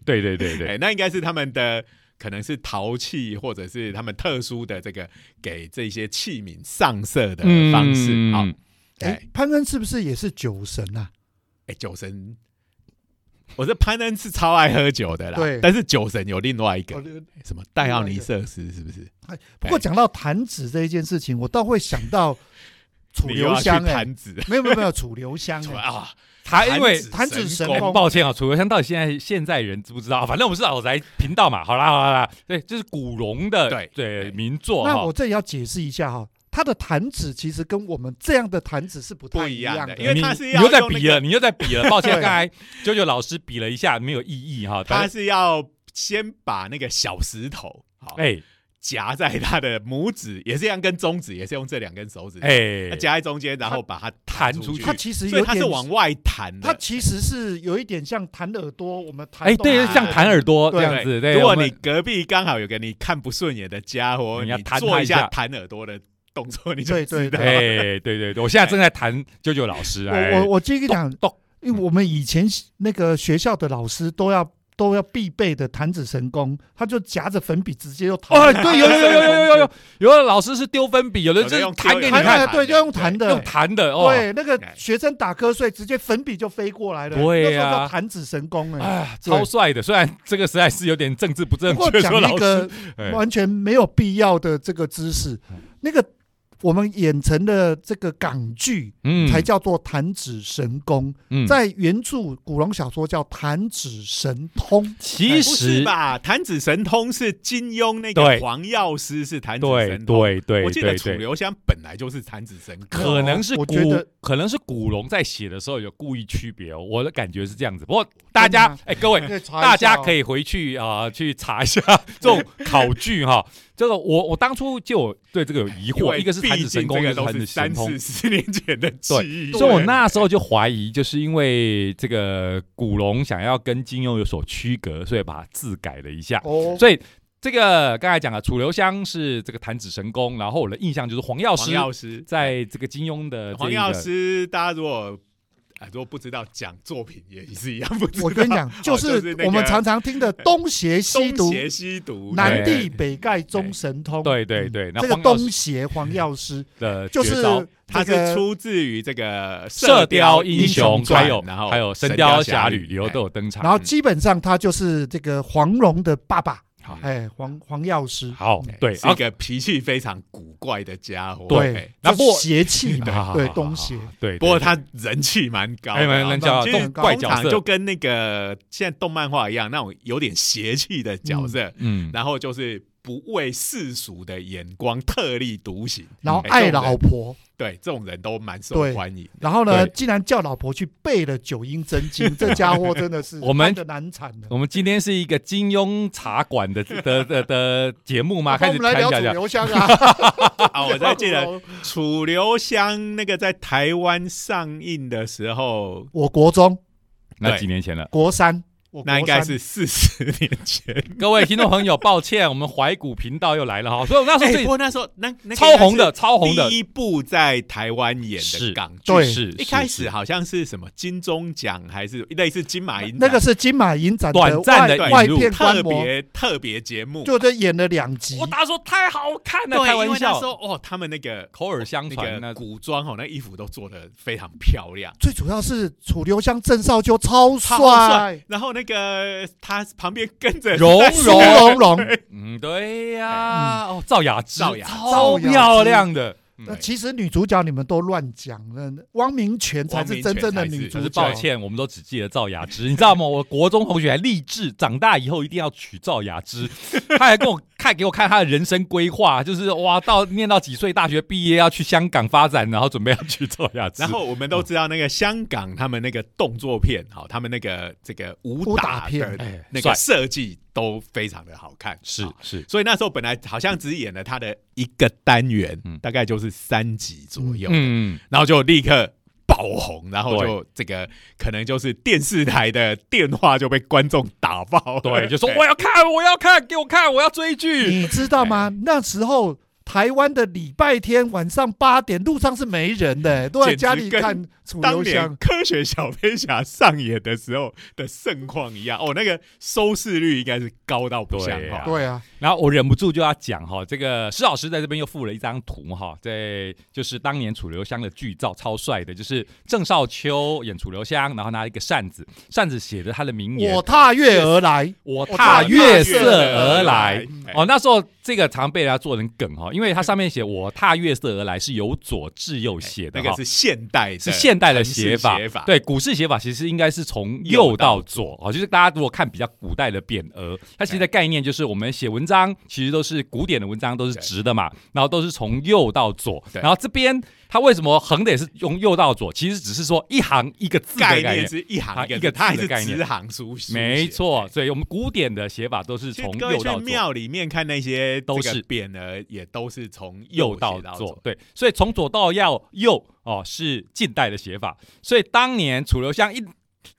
B: 对对对对，
A: 哎那应该是他们的可能是陶器或者是他们特殊的这个给这些器皿上色的方式。好，哦
B: 嗯
C: 哎
A: 哎，
C: 潘恩是不是也是酒神啊？
A: 欸哎，酒神我这潘恩是超爱喝酒的啦，
C: 对
A: 但是酒神有另外一个
C: 哦
A: 什么戴奥尼瑟斯，是不是？
C: 不过讲到弹指这一件事情，我倒会想到楚
A: 你又要
C: 留
A: 去
C: 香哎、
A: 弹指
C: 没有没有没有楚留香、哎
A: 啊，
B: 他因为
C: 弹指神
A: 功
B: 哎
C: 功
B: 抱歉啊，楚留香到底现在现在人知不知道？反正我们是老宅频道嘛。好啦好啦，好啦对，这是古龙的
A: 对对
B: 名作
C: 那
B: 哈
C: 我。这里要解释一下哈、它的弹指其实跟我们这样的弹指是不
A: 不
C: 太
A: 一样
C: 样
A: 的
C: 的，
A: 因为
B: 你
A: 他是
B: 你
A: 要
B: 又在
A: 用那
B: 比
A: 个
B: 了，你又在比了。抱歉，
C: 对
B: 刚才九九老师比了一下，没有意义哈。
A: 他
B: 但
A: 是要先把那个小石头好
B: 哎
A: 夹在他的拇指，也是一样跟中指，也是用这两根手指，
B: 哎
A: 它，夹在中间，然后把它
B: 弹
A: 出
B: 出
A: 去
B: 去
C: 它其实
A: 所以
C: 有
A: 它
C: 点
A: 是往外弹
C: 它
A: 的。
C: 其实是有一点像弹耳朵，我们弹
B: 哎，
C: 动
B: 对，
C: 啊
B: 像弹耳朵这
C: 对
B: 样子。对，
A: 如
B: 我
A: 果
B: 们
A: 你隔壁刚好有个你看不顺眼的家伙，
B: 你要
A: 你
B: 弹
A: 做
B: 他
A: 一
B: 一下
A: 弹耳朵的动作，你就
C: 对对
A: 知道
C: 对，
B: 哎，对对对，我现在正在弹九九老师。哎
C: 我我我继续讲
B: 咚，
C: 因为我们以前那个学校的老师都要都要必备的弹指神功，他就夹着粉笔直接就弹。
B: 哦，对，有有有有有有有，有的老师是丢分笔，有的
A: 有的
B: 就是
A: 哦用
B: 弹
A: 丢
B: 给你
A: 的
C: 弹
B: 看，
C: 的对，就用弹的
B: 用。弹的哦。
C: 对，那个学生打瞌睡，直接粉笔就飞过来了。
B: 对啊
C: 那时候叫弹指神功哎。
B: 啊，超帅的！虽然这个实在是有点政治不正
C: 不过
B: <laughs> 确，
C: 讲
B: 说
C: 一
B: 老师
C: 个，
B: 哎嗯
C: 完全没有必要的这个知识，那个我们演成的这个港剧
B: 嗯
C: 才叫做弹指神功，
B: 嗯
C: 在原著古龙小说叫弹指神通。
B: 其
A: 不是
B: 实
A: 吧？弹指神通是金庸那个
B: 对
A: 黄药师是弹指
B: 对
A: 神通，
B: 对对
A: 我记得
B: 对
A: 楚
B: 对，
A: 留香本来就是弹指神功，
B: 可能是
C: 我
B: 古
C: 觉得，
B: 可能是古龙在写的时候有故意区别哦，我的感觉是这样子。不过大家
C: 真的吗
B: 哎，各位。
C: 哦
B: 大家可以回去啊、去查一下这种考据哈。这个我我当初就有对这个有疑
A: 因
B: 惑，
A: 为
B: 一个是弹指神功，
A: 毕
B: 一
A: 竟
B: 个
A: 这个都
B: 弹指
A: 是三
B: 神通
A: 四。十年前的记忆，
B: 所以我那时候就怀疑，就是因为这个古龙想要跟金庸有所区隔，所以把它字改了一下。
C: 哦，
B: 所以这个刚才讲了，楚留香是这个弹指神功，然后我的印象就是黄药
A: 黄
B: 师
A: 药师
B: 在这个金庸的这
A: 黄
B: 一个
A: 药师，大家如果啊如果不知道讲作品也是一样不知道。
C: 我跟
B: <laughs>
C: 你讲，
A: 就
C: 就
A: 是
C: 是
A: 那个
C: 我们常常听的东邪西
A: 东
C: 毒、
A: 邪西毒，
C: 南帝北丐中神通。
B: 对对对
C: 嗯
B: 那
C: 这个
B: 黄药
C: 东
B: 师
C: 邪黄药
B: <laughs>
C: 师
B: 的绝
C: 就是
B: 招。
A: 它
C: 这
A: 是
C: 个
A: 出自于这个《
B: 射雕英
A: 英
B: 雄，
A: 传
B: 还有
A: 然后
B: 还有《
A: 神
B: 神
A: 侠
B: 雕
A: 哎
B: 侠侣》以后都有登场。嗯
C: 然后基本上他就是这个黄蓉的爸爸，
B: 好
C: 哎，黄黄药师，
B: 好
C: 嗯，
B: 对，
A: 哎
B: 啊
A: 是一个脾气非常古怪的家伙。哎
C: 对，
B: 那
C: 就
B: 不
C: 邪气
B: 啊好 <laughs> 好好
C: 嘛，
B: 好
C: 对
B: 好
C: 东邪，
B: 对，
A: 不过
B: 对
A: 他人气蛮高的
B: 哎
A: 啊，
B: 蛮蛮高
A: 其
C: 这
A: 实
C: 种
B: 动怪
A: 通
B: 角
A: 常
B: 色
A: 就跟那个现在动漫画一样，那种有点邪气的角色，
B: 嗯，
A: 然后就是不畏世俗的眼光，特立独行，
C: 然后
B: 嗯
A: 哎这种
C: 爱
A: 人
C: 老婆，
A: 对这种人都蛮受
C: 对
A: 欢
B: <laughs>
A: 迎。
C: 然后呢，
B: 对
C: 竟然叫老婆去背了九阴真
B: <laughs>
C: 经，这家伙真的是
B: 我们
C: 的难产了。
B: 我们今天是一个金庸茶馆的 <laughs> 的的的节目吗？
C: 好
B: 开
C: 我
B: 始
C: 们来
B: 谈
C: 聊
B: 讲
C: 楚
B: 讲，
C: 留香
B: <laughs>
C: 啊，
A: 啊，我再记得楚留香那个在台湾上映的时候，
C: <laughs> 我国中
B: 那
A: 对
B: 几年前了。
C: 国三，我
A: 那应该
C: 国三
A: 是四十年前。
B: 各位听众朋友，抱歉，我们怀古频道又来
A: <laughs>
B: 了哈，所以我那时候
A: 哎，不
B: 是
A: 过那时候那那个
B: 超红的，超红
A: 应该
B: 的
A: 是第，一部在台湾演的
B: 是
A: 港剧。
C: 对
B: 是
A: 一开始
B: 哈，
A: 好像是什么金钟奖还是哦类似金马银
C: 那个是金马影展
B: 短暂的
C: 外
B: 引
C: 外
B: 入
C: 片观
A: 特
C: 摩，
A: 别特别节目，
C: 就这演了两集
B: 我，打说太好看了，
A: 对，
B: 开
A: 因为
B: 玩
A: 那
B: 笑
A: 时，候哦，他们那个
B: 口耳相传啊
A: 那 <laughs>
B: 那
A: 个古装哦，那衣服都做的非常漂亮。
C: 最主要是楚留香郑少秋超
A: 超帅
C: 帅，，
A: 然后那个他旁边跟着
B: 蓉
C: 苏
A: <laughs>
C: 蓉蓉，
B: 嗯，对呀，
A: 嗯
B: 哦，赵雅芝，
A: 赵雅芝
B: 超漂亮的，嗯
C: 那其实女主角你们都乱讲了，汪明荃才是真正的女
B: 可
C: 主
B: 是
C: 角
B: 抱。歉，我们都只记得赵雅芝，你知道吗？我国中同学还立志长大以后一定要娶赵雅芝， <laughs> 他还跟我看给我看他的人生规划，就是哇，到念到几岁大学毕业要去香港发展，然后准备要娶赵雅芝。
A: 然后我们都知道那个香港他们那个动作片，好，他们那个这个武
C: 武
A: 打
C: 打片
A: 的
B: 哎，
A: 那
B: 帅
A: 个设计都非常的好看，哦
B: 是
A: 好
B: 是，
A: 所以那时候本来好像只演了他的一个单元，
B: 嗯
A: 大概就是三集左右，
B: 嗯，
A: 然后就立刻爆红，然后
B: 对
A: 就这个可能就是电视台的电话就被观众打爆了，
B: 哎 <laughs> 对，就说我要看，我要看，给我看，我要追剧。
A: 哎
C: 你知道吗？那时候台湾的礼拜天晚上八点，路上是没人的、
A: <laughs>
C: 都在
A: 简直
C: 家里
A: 跟
C: 看楚
A: 当
C: 留
A: 年
C: 香。
A: 科学小飞侠上演的时候的盛况一样，哦，那个收视率应该是高到不像
B: 对啊
A: 话。
C: 对啊，
B: 然后我忍不住就要讲哈，这个施老师在这边又附了一张图哈，在就是当年楚留香的剧照，超帅的，就是郑少秋演楚留香，然后拿一个扇子，扇子写着他的名言
C: 我踏月而
A: 哎
C: 来，
B: “我
A: 我
B: 踏月色而来”。
A: 哎
B: 哦，那时候这个常被人家做成梗哈，因为它上面写“我踏月色而来”是由左至右写的
A: 那
B: 哈，
A: 个是现代的，
B: 是现代的
A: 韩式
B: 写法，
A: 写法
B: 对，股市写法其实应该是从右到左哦，就是大家如果看比较古代的匾额，它其实的概念就是我们写文章其实都是古典的文章都是直的嘛，然后都是从右到左，
A: 对
B: 然后这边它为什么横的也是用右到左，其实只是说一行一个字的概
A: 概
B: 念
A: 念。是一行
B: 啊一
A: 一个
B: 个字
A: 字，它还
B: 的
A: 是
B: 概念
A: 直行书写，
B: 没错，所以我们古典的写法都是
A: 其
B: 从
A: 实各位
B: 右
A: 去
B: 到左。
A: 庙里面看那些
B: 都
A: 这个
B: 是
A: 匾额，也都是从
B: 右
A: 写
B: 到左
A: 左，，
B: 对，所以从左到右右哦是近代的写法，所以当年楚留香一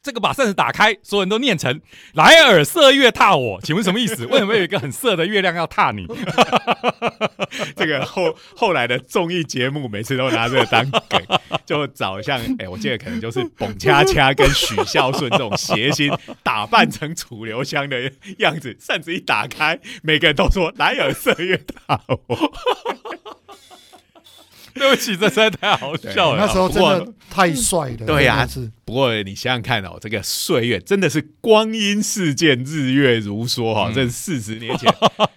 B: 这个把扇子打开，所有人都念成“莱尔色月踏我”，请问什么意思？为什么有一个很色的月亮要踏你？
A: <laughs>
B: <laughs>
A: 这个后后来的综艺节目每次都拿这个当梗， <laughs> 就找像哎、我记得可能就是董恰恰跟许孝顺这种谐星打扮成楚留香的样子，扇子一打开，每个人都说莱尔色啊越大我。
B: 对不起，这实在太好笑了。
C: 那时候真
A: 不
C: 的太帅了。
A: 哎对啊
C: 真的是
A: 不过你想想看哦，这个岁月真的是光阴似箭，日月如梭哈、哦，
B: 嗯
A: 这是四十年
C: <laughs>
A: 前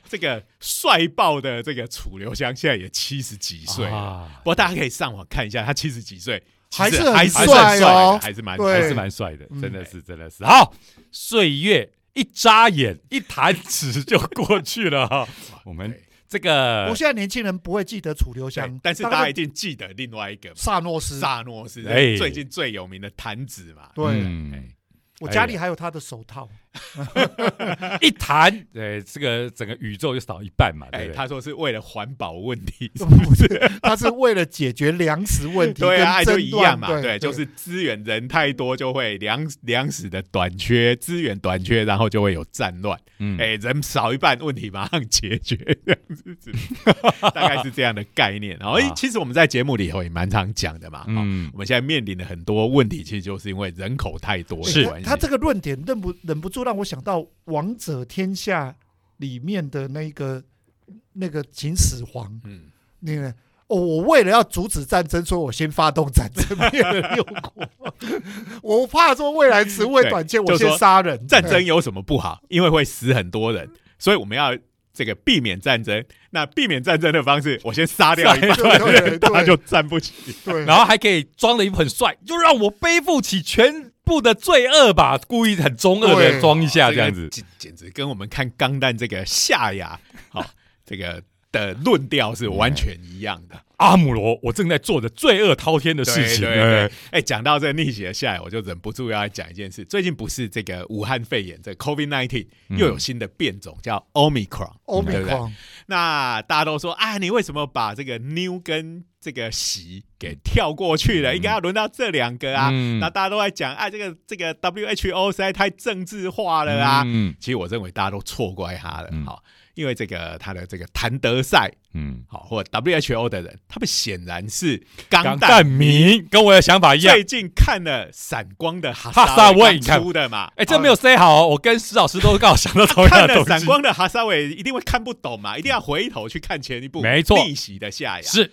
A: 这个帅爆的这个楚留香，现在也七十几岁了。
B: 啊，
A: 不过大家可以上网看一下，他七十几岁，其
C: 还
A: 实
C: 是很
A: 还
C: 帅
A: 算的
C: 哦
A: 还是蛮
C: 对
B: 还是蛮帅的，真的是真的是好。岁月一眨眼，一弹指就过去 <laughs> 了哈。我们这
C: 我
B: 个
C: 现在年轻人不会记得楚留
A: 对
C: 香，，
A: 哎但是大
C: 大
A: 家
C: 概
A: 一定记得另外一个嘛
C: 萨诺斯，
A: 萨诺斯
B: 哎
A: 最近最有名的弹指嘛，
C: 对，
B: 嗯
C: 我家里还有他的手套，
A: 哎
B: 一弹，对，这个整个宇宙就少一半嘛，对
A: 哎，
B: 不对？
A: 他说是为了环保问题，
C: <laughs> 不是，他是为了解决粮食问
A: <laughs>
C: 题，
A: 对啊，哎
C: 跟
A: 就
C: 争
A: 一
C: 端
A: 样嘛，
C: 对
A: 对，就是资源人太多就会粮粮食的短缺，资源短缺，然后就会有战乱，
B: 嗯，
A: 哎，人少一半，问题马上解决，这样子
C: <laughs>
A: 是，大概是这样的概念。然后，哎
B: 啊
A: 其实我们在节目里头也蛮常讲的嘛，哦
B: 嗯
A: 我们现在面临的很多问题，其实就是因为人口太多
C: 哎
A: 的
B: 是
A: 关系。
C: 他他这个论点忍不忍不住让我想到《王者天下》里面的那个那个秦始皇，
A: 嗯，
C: 那个哦，我为了要阻止战争，所以我先发动战争， <laughs> 灭了六国。我怕说未来职位短缺，
A: 对
C: 我
A: 就是
C: 先
A: 说
C: 杀人。
A: 战争
C: 对
A: 有什么不好？因为会死很多人，所以我们要这个避免战争。那避免战争的方式，我先杀掉一
C: 对
A: 半
C: 对
A: 人，
C: 对对
A: <laughs> 大家就站不起。
C: 对，
A: 嗯
B: 然后还可以装的一副很帅，就让我背负起全部的罪恶吧，故意很中二的
C: 对
B: 装一下
A: 哦
B: 这样子
A: 个。简简直跟我们看《钢弹》这个夏亚，好、这个的论调是完全一样的。
B: 阿姆罗，我正在做着罪恶滔天的事情。
A: 对对
B: 哎
A: 对，哎，讲到这逆袭的下来，我就忍不住要来讲一件事。最近不是这个武汉肺炎，这 COVID nineteen
B: 嗯
A: 又有新的变种叫 Omicron，
C: 欧
A: 对
C: 米
A: 不对？
C: 狂，
A: 那大家都说啊，你为什么把这个 new 跟这个喜给跳过去了？应该要轮到这两个啊。
B: 嗯
A: 那大家都在讲啊，这个这个 WHO 实在太政治化了啊。
B: 嗯
A: 其实我认为大家都错怪他了，好、
B: 嗯
A: 因为这个他的这个谭德赛，
B: 嗯，
A: 好、或 WHO 的人，他们显然是钢
B: 港
A: 弹
B: 蛋迷跟我的想法一样
A: 最。近看了《闪光的哈
B: 哈萨
A: 萨
B: 威
A: 维
B: 你看
A: 刚出的嘛。哦
B: 哎，这没有 say 好哦，我跟石老师都刚好
A: <laughs>
B: 想到同样
A: 看了
B: 的东
A: 《闪
B: 西。嗯
A: 光的哈萨维》，一定会看不懂嘛，一定要回头去看前一部，
B: 没错
A: 逆袭的夏亚
B: 是，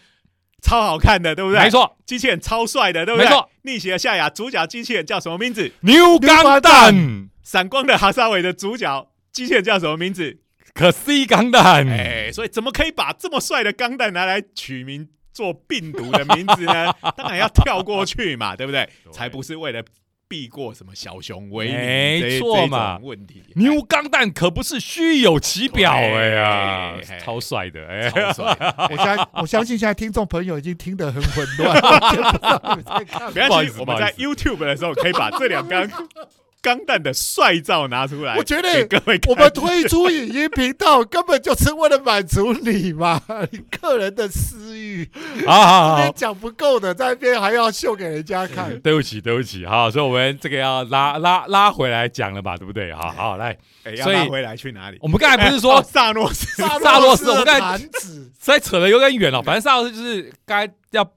A: 超好看的，对不对？
B: 没，错，
A: 机器人超帅的，对不对？
B: 没错，
A: 逆袭的夏亚主角机器人叫什么名字？
B: 牛钢蛋，
A: 闪光的哈萨维的主角机器人叫什么名字？
B: 可 C 钢蛋，
A: 哎、所以怎么可以把这么帅的钢弹拿来取名做病毒的名字呢？
B: <laughs>
A: 当然要跳过去嘛，对不对？才不是为了避过什么小熊维尼
B: 没
A: 这
B: 错嘛
A: 这种问题。
B: 牛钢蛋可不是虚有其表哎呀
A: 对，
B: 超帅的
A: 哎。
B: 哎
A: 超帅
B: <laughs>
A: 的！
C: 我现在我相信现在听众朋友已经听得很混乱，我也不知道你们在干嘛
A: 没
B: 不好
A: 关
B: 意
A: 系
B: 思，
A: 我
B: 不好
A: 们
B: 意
A: 在
B: 思 <laughs>
A: YouTube 的时候可以把这两张钢蛋的帅照拿出来，
C: 我觉
A: 给
C: 得
A: 各位看
C: 我们推出影音频道根本就是为了满足你嘛，你个人的私欲，
B: 好好好好
C: 这边，讲不够的，在那边还要秀给人家
B: <laughs>
C: 看。
B: 对不起，对不起，好，所以我们这个要拉拉拉回来讲了吧，对不对？好好来，
A: 哎要
B: 所以
A: 拉回来去哪里？
B: 我们刚才不是
A: 哦
B: 说
A: 萨诺斯
B: 萨洛斯我
C: 的
B: 刚才
C: 坛子，
B: 实在扯得有点远了，反正萨洛斯就是刚才要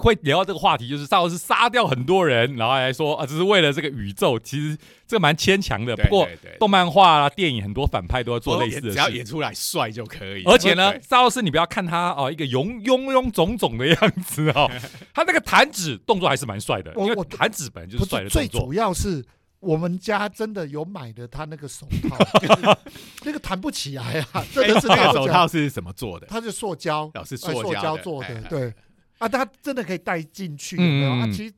B: 会聊到这个话题，就是萨洛斯杀掉很多人，然后还说啊，只是为了这个宇宙，其实这个蛮牵强的。
A: 对
B: <laughs> 不过
A: 对对哦
B: 动漫画啊、电影很多反派都要做类似的
A: 只要演
B: 事。
A: 出来帅就可以。
B: 而且呢
A: 对，
B: 萨洛斯，你不要看他哦，一个庸庸庸种种的样子
A: <laughs>
B: 哦，他那个弹指动作还是蛮帅的，因
C: 我
B: 为
C: 我
B: 弹指本来 <laughs> 就
C: 不
B: 是帅
C: 是
B: 的
C: 最
B: 动作
C: 主。要是我们家真的有买的他那个手
B: <laughs>
C: 套，就是那个弹不起来啊，真的是
A: 哎那
C: 弹
A: 个
C: 不
A: 手
C: 起来，
A: 套是什么做的？
C: 它是塑胶，
A: 老是
C: 呃塑
A: 胶的
C: 做
A: 哎
C: 的，
A: 哎
C: 对啊，它真的可以带进去，有没有啊？
B: 嗯
C: 其实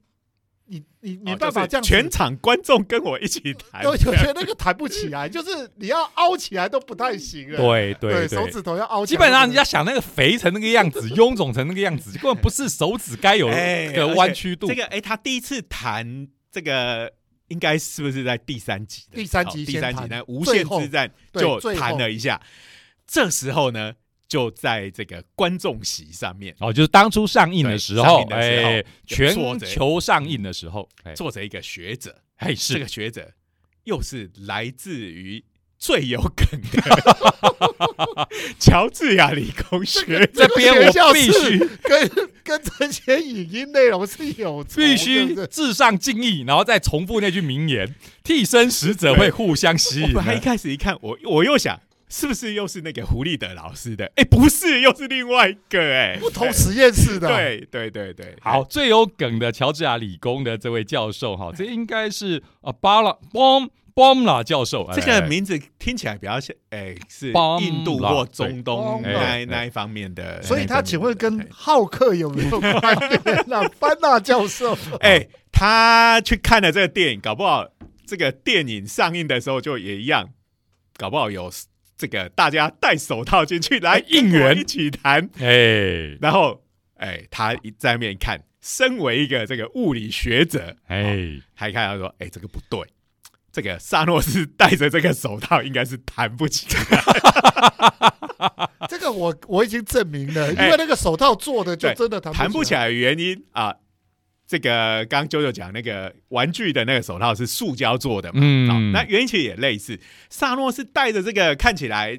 C: 你你
A: 哦
C: 没办法
A: 就是
C: 这样子
A: 全场观众跟我一起弹。
C: <laughs> 有有些那个抬不起来，就是你要凹起来都不太行了。啊
B: 对
C: 对
B: 对
C: 手指头要凹
B: 基
C: 起来。
B: 本上人
C: 对不
B: 家想那个肥成那个
A: <laughs>
B: 样子，臃肿成那个样子，根本不是手指该有
A: 哎
B: 的弯曲度
A: 这。个哎，他第一次弹这个，应该是不是在第三集的时候？
C: 第三集
A: 第三集
C: 先弹
A: 呢，无
C: 最
A: 限
C: 后
A: 之战
C: 对
A: 就
C: 最
A: 弹
C: 后
A: 了一下。这时候呢，就在这个观众席上面
B: 哦，就是当初上映的
A: 对
B: 时
A: 上
B: 候
A: 映，的时候
B: 哎，
A: 有
B: 全
A: 作者
B: 球上映的时候，哎，
A: 坐着一个学者，这
B: 嘿是
A: 个学者又是来自于最有梗的 <laughs> 乔治亚理工学
B: 这边
C: 学校
B: 我必
C: 是
B: 须 <laughs>
C: 跟跟这些影音内容是有
B: 必
C: 仇对不
B: 须
C: 对
B: 至上敬意，然后再重复那句名言：替身使者会互相吸
A: 我
B: 引
A: 本哦来一
B: 的。
A: 开始一看，我我又想，是不是又是那个狐狸的老师的？哎、不是，又是另外一个哎、
C: 不同实验室的。，
A: 对对对对，
B: 好，，最有梗的乔治亚理工的这位教授哈，这应该是啊巴拉 bom bom 啦教授，哎
A: 这个名字听起来比较像，哎、是
B: 邦
A: 印度
B: 啦
A: 或中东
C: 对
A: 那、
B: 哎
A: 那一方面的。
C: <laughs> 所以他请
A: 那
C: 问
A: 一
C: 跟
A: 哎方面的
C: 浩克有没有关联啊？ <laughs> 班纳教
A: <laughs>
C: 授，
A: 哎、哎他去看了这个电影，搞不好这个电影上映的时候就也一样，搞不好有这个大家戴手套进去来
B: 哎应
A: 跟我
B: 援
A: 一起谈。
B: 哎
A: 然后，哎，他一在面看，身为一个这个物理学者，
B: 哎。
A: 他一看他说，哎，这个不对，这个萨诺斯戴着这个手套应该是弹不起来，
C: 这个我我已经证明了，因
A: 哎
C: 为那个手套做的就
A: 对
C: 真的弹
A: 弹不起
C: 来。
A: 来的原因啊。这个刚九九讲那个玩具的那个手套是塑胶做的嘛，
B: 嗯
A: 好那原因其实也类似。萨诺斯戴着这个看起来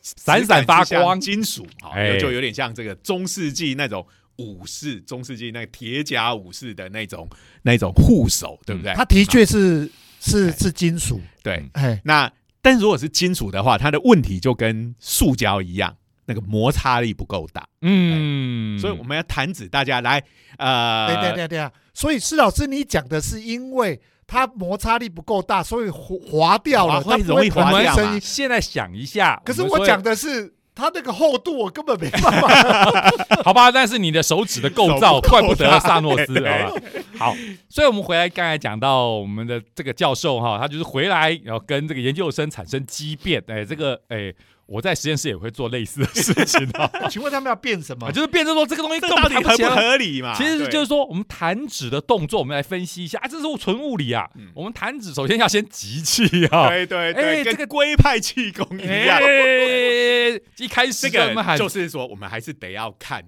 B: 闪闪发光
A: 金属，好，
B: 哎
A: 就有点像这个中世纪那种武士，中世纪那个铁甲武士的那种那种护手，对
B: 嗯
A: 不对？啊
C: 它的确
A: 哎
C: 是是是金属，
A: 对，
C: 哎，
A: 那但如果是金属的话，它的问题就跟塑胶一样，那个摩擦力不够大，
B: 嗯，
A: 所以我们要弹指大家来，呃，
C: 对对对对啊！所以施老师，你讲的是因为它摩擦力不够大，所以滑滑掉
A: 滑
C: 了，
A: 会
C: 它不
A: 容易
C: 弹
A: 滑
C: 出
A: 掉
C: 声
A: 嘛
C: 音。
B: 现在想一下，
C: 可是
B: 们
C: 我
B: 说
A: <laughs>
C: 讲的是它那个厚度，我根本没办法。
B: 好吧，但是你的手指的构造，
A: 手不够大哎
B: 怪不得萨诺
A: <laughs>
B: 斯，
A: 对
B: 好吧？好，所以我们回来刚才讲到我们的这个教授哈，他就是回来然后跟这个研究生产生激辩，哎，这个哎，我在实验室也会做类似的事情
A: <laughs>
B: 哈
C: 请问他们要变什么
B: 啊，？就是变成说这个东西
A: 这
B: 根
A: 到
B: 本
A: 底
B: 弹
A: 合啊
B: 起
A: 不
B: 来。啊
A: 合理嘛？
B: 其实就是
A: 是
B: 说，我们弹指的动作，我们来分析一下啊，这是纯物理啊。
A: 嗯
B: 我们弹指首先要先集气啊，
A: 对对
B: 哎
A: 对，
B: 这个
A: 跟龟派气功一样。
B: 哎，一开
A: 这
B: 始就
A: 个
B: 喊
A: 就是说，我们还是得要看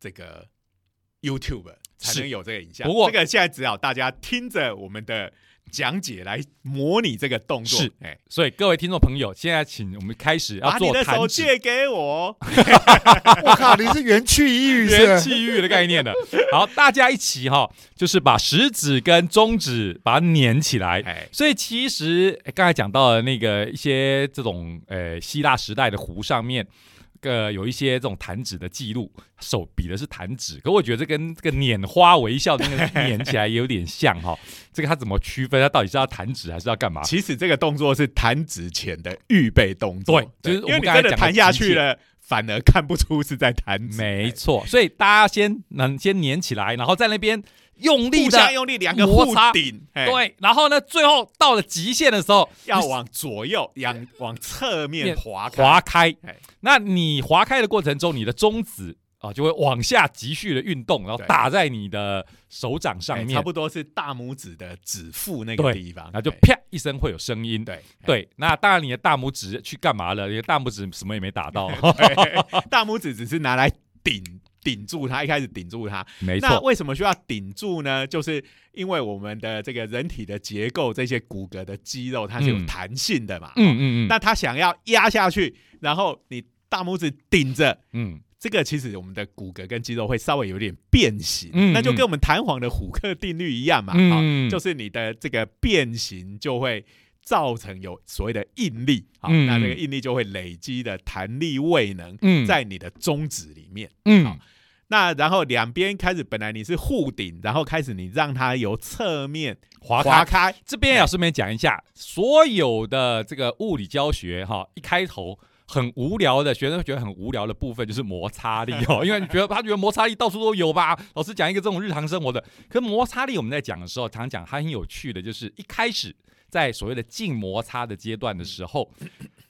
A: 这个 YouTube 才能有这个影像。
B: 不过
A: 这个现在只好大家听着我们的讲解来模拟这个动作。
B: 是
A: 哎，
B: 所以各位听众朋友，现在请我们开始要
A: 把你
B: 做
A: 的手
B: 弹指哎
A: 借给我。
C: <laughs> 我靠，你是园区一语是
B: 元
C: 不是？
B: 气域的概
A: <laughs>
B: 念的。好，大家一起哈，就是把食指跟中指把它粘起来。
A: 哎，
B: 所以其实哎刚才讲到的那个一些这种呃希腊时代的壶上面。呃，有一些这种弹指的记录，手比的是弹指，可我觉得这跟这个拈花微笑那个粘起来也有点像哈、这个它怎么区分？它到底是要弹指还是要干嘛？
A: 其实这个动作是弹指前的预备动作。
B: 对就是我
A: 因为
B: 们
A: 你
B: 刚才
A: 真的
B: 讲的
A: 弹下
B: 极
A: 去
B: 限
A: 了，反而看不出是在弹指。
B: 没
A: 哎
B: 错，所以大家先能先粘起来，然后在那边用力
A: 互
B: 的
A: 相用力，两个
B: 摩
A: 互
B: 擦
A: 顶，哎，
B: 对，然后呢，最后到了极限的时候，
A: 要往左右，往往侧面
B: 面
A: 滑开
B: 划开
A: 哎。
B: 那你划开的过程中，你的中指啊，就会往下急蓄的运动，然后
A: 对
B: 打在你的手掌上
A: 哎
B: 面，
A: 差不多是大拇指的指腹那个
B: 对
A: 地方，
B: 然后就
A: 哎
B: 啪一声会有声音。
A: 对
B: 对，那当然你的大拇指去干嘛了？你的大拇指什么也没打到，
A: 对大拇指只是拿来顶顶住它，一开始顶住它。
B: 没
A: 那
B: 错，
A: 为什么需要顶住呢？就是因为我们的这个人体的结构，这些骨骼的肌肉它是有
B: 嗯
A: 弹性的嘛。
B: 嗯嗯嗯，
A: 那它想要压下去，然后你大拇指顶着。
B: 嗯
A: 这个其实我们的骨骼跟肌肉会稍微有点变形，
B: 嗯
A: 那就
B: 嗯
A: 跟我们弹簧的虎克定律一样嘛，啊、
B: 嗯，
A: 就是是你的这个变形就会造成有所谓的应力，好，
B: 嗯
A: 那这个应力就会累积的弹力位能
B: 嗯
A: 在你的中指里面。
B: 嗯
A: 好那然后两边开始，本来你是互顶，然后开始你让它由侧面
B: 滑
A: 滑
B: 开。
A: 开，
B: 这边要顺便讲一下，所有的这个物理教学哈，一开头。很无聊的学生会觉得很无聊的部分就是摩擦力
A: <laughs>
B: 哦，因为你觉得他觉得摩擦力到处都有吧。老师讲一个这种日常生活的，可摩擦力我们在讲的时候，常讲它很有趣的，就是一开始在所谓的静摩擦的阶段的时候，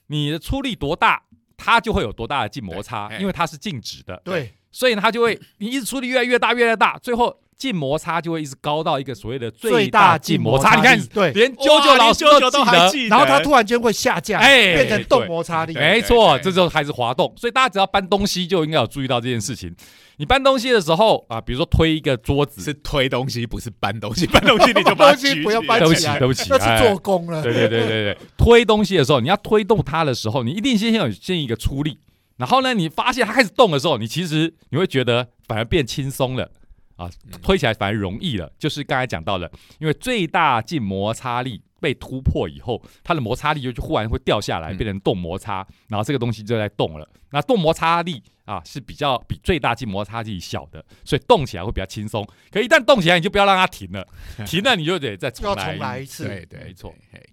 B: 你的出力多大，它就会有多大的静摩擦
A: 对，哎
B: 因为它是静止的。
C: 对，
B: 所以呢，它就会你一直出力越来越大，越来越大，最后静摩擦就会一直高到一个所谓的最大静摩擦。你看，
C: 对，
B: 连
A: 哇
B: 啾啾
A: 连
B: 老师
A: 啾啾都
B: 记
A: 还
B: 得，
A: 记得，
C: 然后它突然间会下降，
B: 哎
C: 变成动
B: 对哎
C: 摩擦力。
A: 对
B: 没错，
A: 对
B: 这就开始滑动。所以大家只要搬东西就应该有注意到这件事情。你搬东西的时候啊，比如说推一个桌子，
A: 是推东西，不是搬东西，搬东西你就把它
C: 搬东西
A: 举
C: 不要
A: 起来
C: 搬
B: 对不
C: 起
B: 起
C: 来，
B: 对不起，
C: 那是
B: 哎
C: 做工了。
B: 对对对对 <laughs> 对，推东西的时候，你要推动它的时候，你一定先有先一个出力，然后呢，你发现它开始动的时候，你其实你会觉得反而变轻松了啊
A: 嗯，
B: 推起来反而容易了。就是刚才讲到了，因为最大静摩擦力被突破以后，它的摩擦力就就忽然会掉下来，
A: 嗯
B: 变成动摩擦，然后这个东西就在动了。那动摩擦力啊是比较比最大静摩擦力小的，所以动起来会比较轻松。可一旦动起来，你就不要让它停
C: <laughs>
B: 了，停了你就得再
C: 又要重来一次
A: 对对，
B: 没错
A: 对。嘿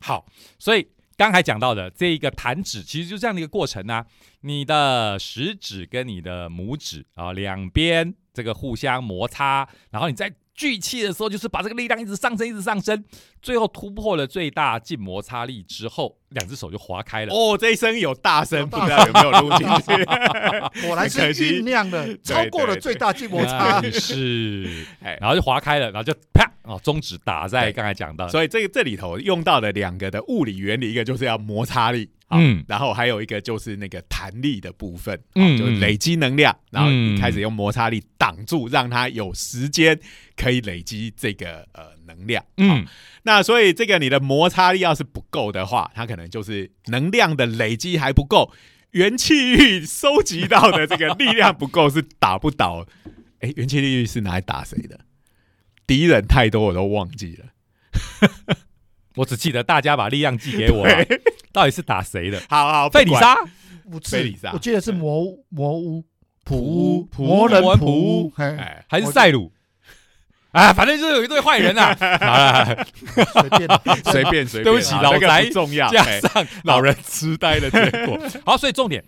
B: 好，所以刚才讲到的这一个弹指，其实就这样的一个过程呢、你的食指跟你的拇指啊，两边这个互相摩擦，然后你在聚气的时候，就是把这个力量一直上升，一直上升，最后突破了最大静摩擦力之后，两只手就划开了。
A: 哦，这一声有大声，
C: <laughs> 有
A: 不
C: 大
A: 知道有没有录进
C: <laughs>
A: 去？
C: 啊果然是
A: 可惜
C: 酝酿的，超过了最大静摩擦。
B: 那是，
A: 哎
B: 然后就划开了，然后就啪哦，中指打在
A: 对
B: 刚才讲到的，
A: 所以这个这里头用到的两个的物理原理，一个就是要摩擦力，好
B: 嗯
A: 然后还有一个就是那个弹力的部分，好
B: 嗯
A: 就是累积能量，然后
B: 嗯
A: 你开始用摩擦力挡住，让它有时间可以累积这个呃能量。
B: 嗯
A: 那所以这个你的摩擦力要是不够的话，它可能就是能量的累积还不够，元气域收集到的这个力量不够，是打不倒。哎，元气力是拿来打谁的？敌人太多，我都忘记了。
B: 我只记得大家把力量寄给我了，到底是打谁的？
A: 好好，
B: 费里
A: 不管
B: 莎，
C: 五次
A: 贝里萨
C: 我记得是魔巫魔巫普
A: 巫
C: 巫
A: 普
C: 魔
B: 巫
C: 人
B: 魔人
C: 普
B: 普
C: 巫，嘿
A: 哎，
B: 还是塞鲁？ <laughs> 啊，反正就是有一对坏人啊！ <laughs> 好啦
C: 随便啦
A: 随便
B: <laughs>
A: 随便，
B: 对不起
A: 好
B: 老
A: 那个
B: 宅
A: 不重要。
B: 加
A: 哎
B: 上老人痴呆的结 <laughs> 果。好，所以重点，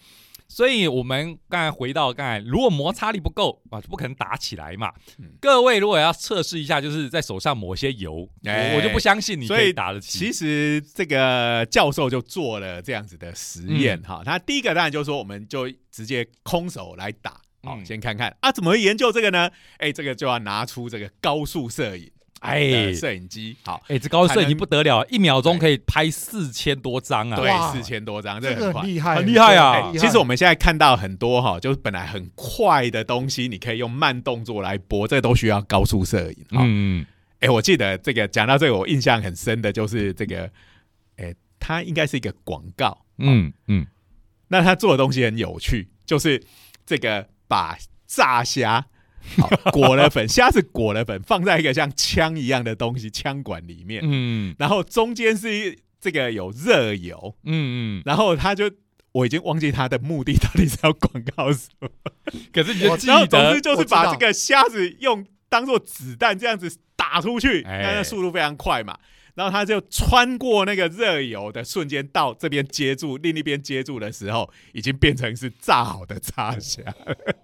B: 所以我们刚才回到刚才，如果摩擦力不够啊，就不可能打起来嘛
A: 嗯。
B: 各位如果要测试一下，就是在手上抹些油，
A: 哎
B: 我我就不相信你
A: 所
B: 可
A: 以
B: 以打得起。
A: 其实这个教授就做了这样子的实验
B: 嗯
A: 哈、他第一个当然就说，我们就直接空手来打，好、
B: 嗯
A: 先看看啊，怎么会研究这个呢？哎、这个就要拿出这个高速摄影，
B: 哎
A: 哎，摄影机，好，
B: 哎，这高
A: 才
B: 摄
A: 能
B: 影机不得了，一秒钟可以拍四千多张啊！
A: 对，
C: 哇
A: 四千多张，
C: 这
A: 这
C: 个
A: 很
C: 很
A: 快。
C: 厉害，
B: 很厉害啊
C: 很
A: 哎
C: 厉害
A: 其实我们现在看到很多哈，就是本来很快的东西，你可以用慢动作来播，这都需要高速摄影。嗯，
B: 嗯，
A: 哎、我记得这个讲到这个，我印象很深的就是这个，哎、它应该是一个广告，
B: 嗯嗯
A: 那他做的东西很有趣，就是这个把炸虾。好裹了粉，虾是裹了粉，放在一个像枪一样的东西枪管里面，
B: 嗯
A: 然后中间是一这个有热油，
B: 嗯嗯，
A: 然后他就我已经忘记他的目的到底是要广告什么，
B: 可是你就
C: 我
B: 记
A: 然后总
B: 得
A: 之就是
C: 我知道
A: 把这个虾子用当做子弹这样子打出去，
B: 哎
A: 但是速度非常快嘛，然后他就穿过那个热油的瞬间到这边接住，另一边接住的时候，已经变成是炸好的炸虾。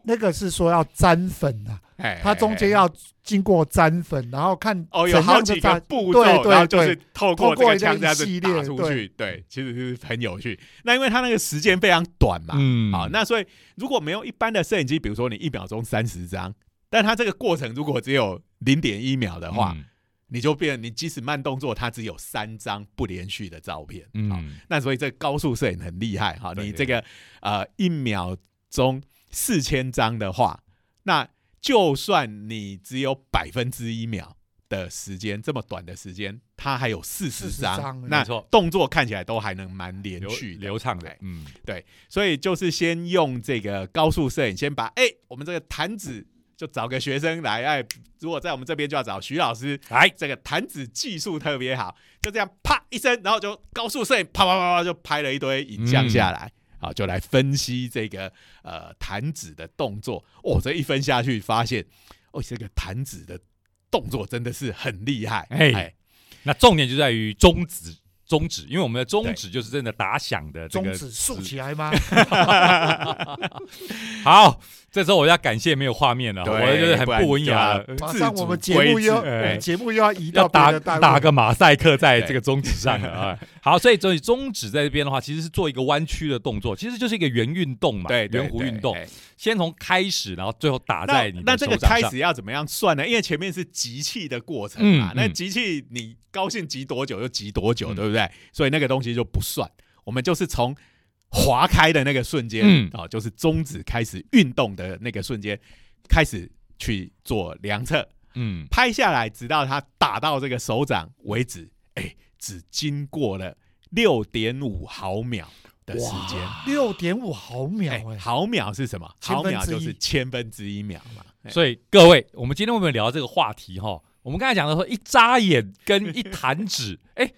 C: 那个是说要沾粉啊，
A: 哎
C: 它中间要经过沾粉，然后看
A: 哦有
C: 怎
A: 好
C: 样的
A: 几个
C: 炸
A: 步骤，
C: 对
A: 然后
C: 对
A: 就
C: 对
A: 是透
C: 透
A: 过这
C: 过
A: 个
C: 一
A: 枪
C: 个
A: 这样子
C: 系列
A: 打出去，对，其实是很有趣。那因为它那个时间非常短嘛，
B: 嗯
A: 好，那所以如果没有一般的摄影机，比如说你一秒钟三十张，但它这个过程如果只有零点一秒的话，
B: 嗯
A: 你就变，你即使慢动作，它只有三张不连续的照片。好，
B: 嗯，
A: 那所以这高速摄影很厉害哈，
B: 对
A: 你这个呃一秒钟四千张的话，那就算你只有百分之一秒。的时间这么短的时间，它还有四十
C: 40张
A: 那
B: 没错
A: 动作看起来都还能蛮连
B: 流
A: 续的
B: 流畅
A: 哎
B: 的，嗯，
A: 所以就是先用这个高速摄影，先把哎、我们这个弹指就找个学生来，哎，如果在我们这边就要找徐老师，
B: 来，
A: 这个弹指技术特别好，就这样啪一声，然后就高速摄影啪啪啪啪就拍了一堆影像下来。
B: 嗯
A: 好，就来分析这个呃弹指的动作。哦，这一分下去，发现哦，这个弹指的动作真的是很厉害。
B: 哎那重点就在于中指，中指，因为我们的中指就是真的打响的这
C: 中
B: 个
C: 指竖起来吗？
B: 好，这时候我要感谢没有画面了，
A: 对
B: 我就是很不文雅
A: 不然
B: 了，
C: 马上我们节
A: 自主
C: 目
A: 规
C: 又
A: 制
B: 哎
C: 哎节目又要移
B: 要
C: 到别
B: 打
C: 的大陆
B: 打个马赛克在这个中指
A: <laughs>
B: 上了啊。好，所以所以中指在这边的话，其实是做一个弯曲的动作，其实就是一个圆运动嘛，
A: 对，对
B: 圆弧运。动
A: 对，哎
B: 先从开始，然后最后打
A: 那
B: 啊在你
A: 那
B: 的
A: 这
B: 手
A: 个
B: 掌
A: 开
B: 上。
A: 始要怎么样算呢？因为前面是集气的过程
B: 嗯
A: 嘛，那
B: 嗯
A: 集气你高兴集多久就集多久，
B: 嗯
A: 对不对？所以那个东西就不算。我们就是从划开的那个瞬间，
B: 嗯
A: 哦，就是中指开始运动的那个瞬间，开始去做量测，
B: 嗯，
A: 拍下来，直到它打到这个手掌为止，哎，只经过了六点五毫秒的时间。
C: 六点五毫秒
A: 哎
C: 哎，，
A: 毫秒是什么？
C: 千
A: 毫
C: 分
A: 秒
C: 之
A: 就
C: 一
A: 是千分之一秒嘛。哎
B: 所以各位，我们今天我们聊这个话题哈，我们刚才讲到说一眨眼跟一弹指， <laughs> 哎，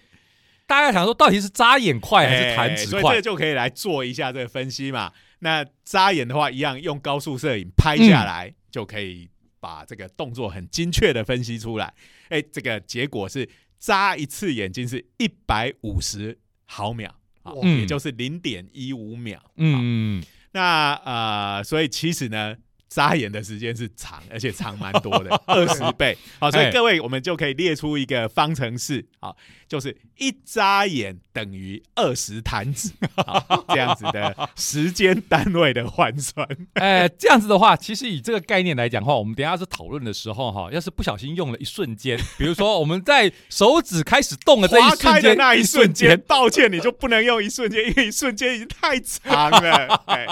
B: 大家想说到底是眨眼快还是弹
A: 哎
B: 指
A: 所以这
B: 快
A: 个？就可以来做一下这个分析嘛。那扎眼的话，一样用高速摄影拍
B: 嗯
A: 下来，就可以把这个动作很精确的分析出来。哎、这个结果是扎一次眼睛是一百五十毫秒，啊、
C: 哇
A: 也就是零点一五秒。嗯，
B: 嗯，
A: 那呃，所以其实呢。扎眼的时间是长，而且长蛮
B: <laughs>
A: 多的，二十倍。好，所以
B: 哎
A: 各位我们就可以列出一个方程式，好，就是一眨眼等于二十弹指，好这样子的时间单位的换算。
B: 哎，这样子的话，其实以这个概念来讲的话，我们等一下是讨论的时候哈，要是不小心用了一
A: <laughs>
B: 瞬间，比如说我们在手指开始动的 <laughs> 这一
A: 划
B: 瞬
A: 开的
B: 间，
A: 那一瞬
B: 一
A: 间，抱歉，你就不能用一瞬间，因为一瞬间已经太长
B: <laughs>
A: 了。哎，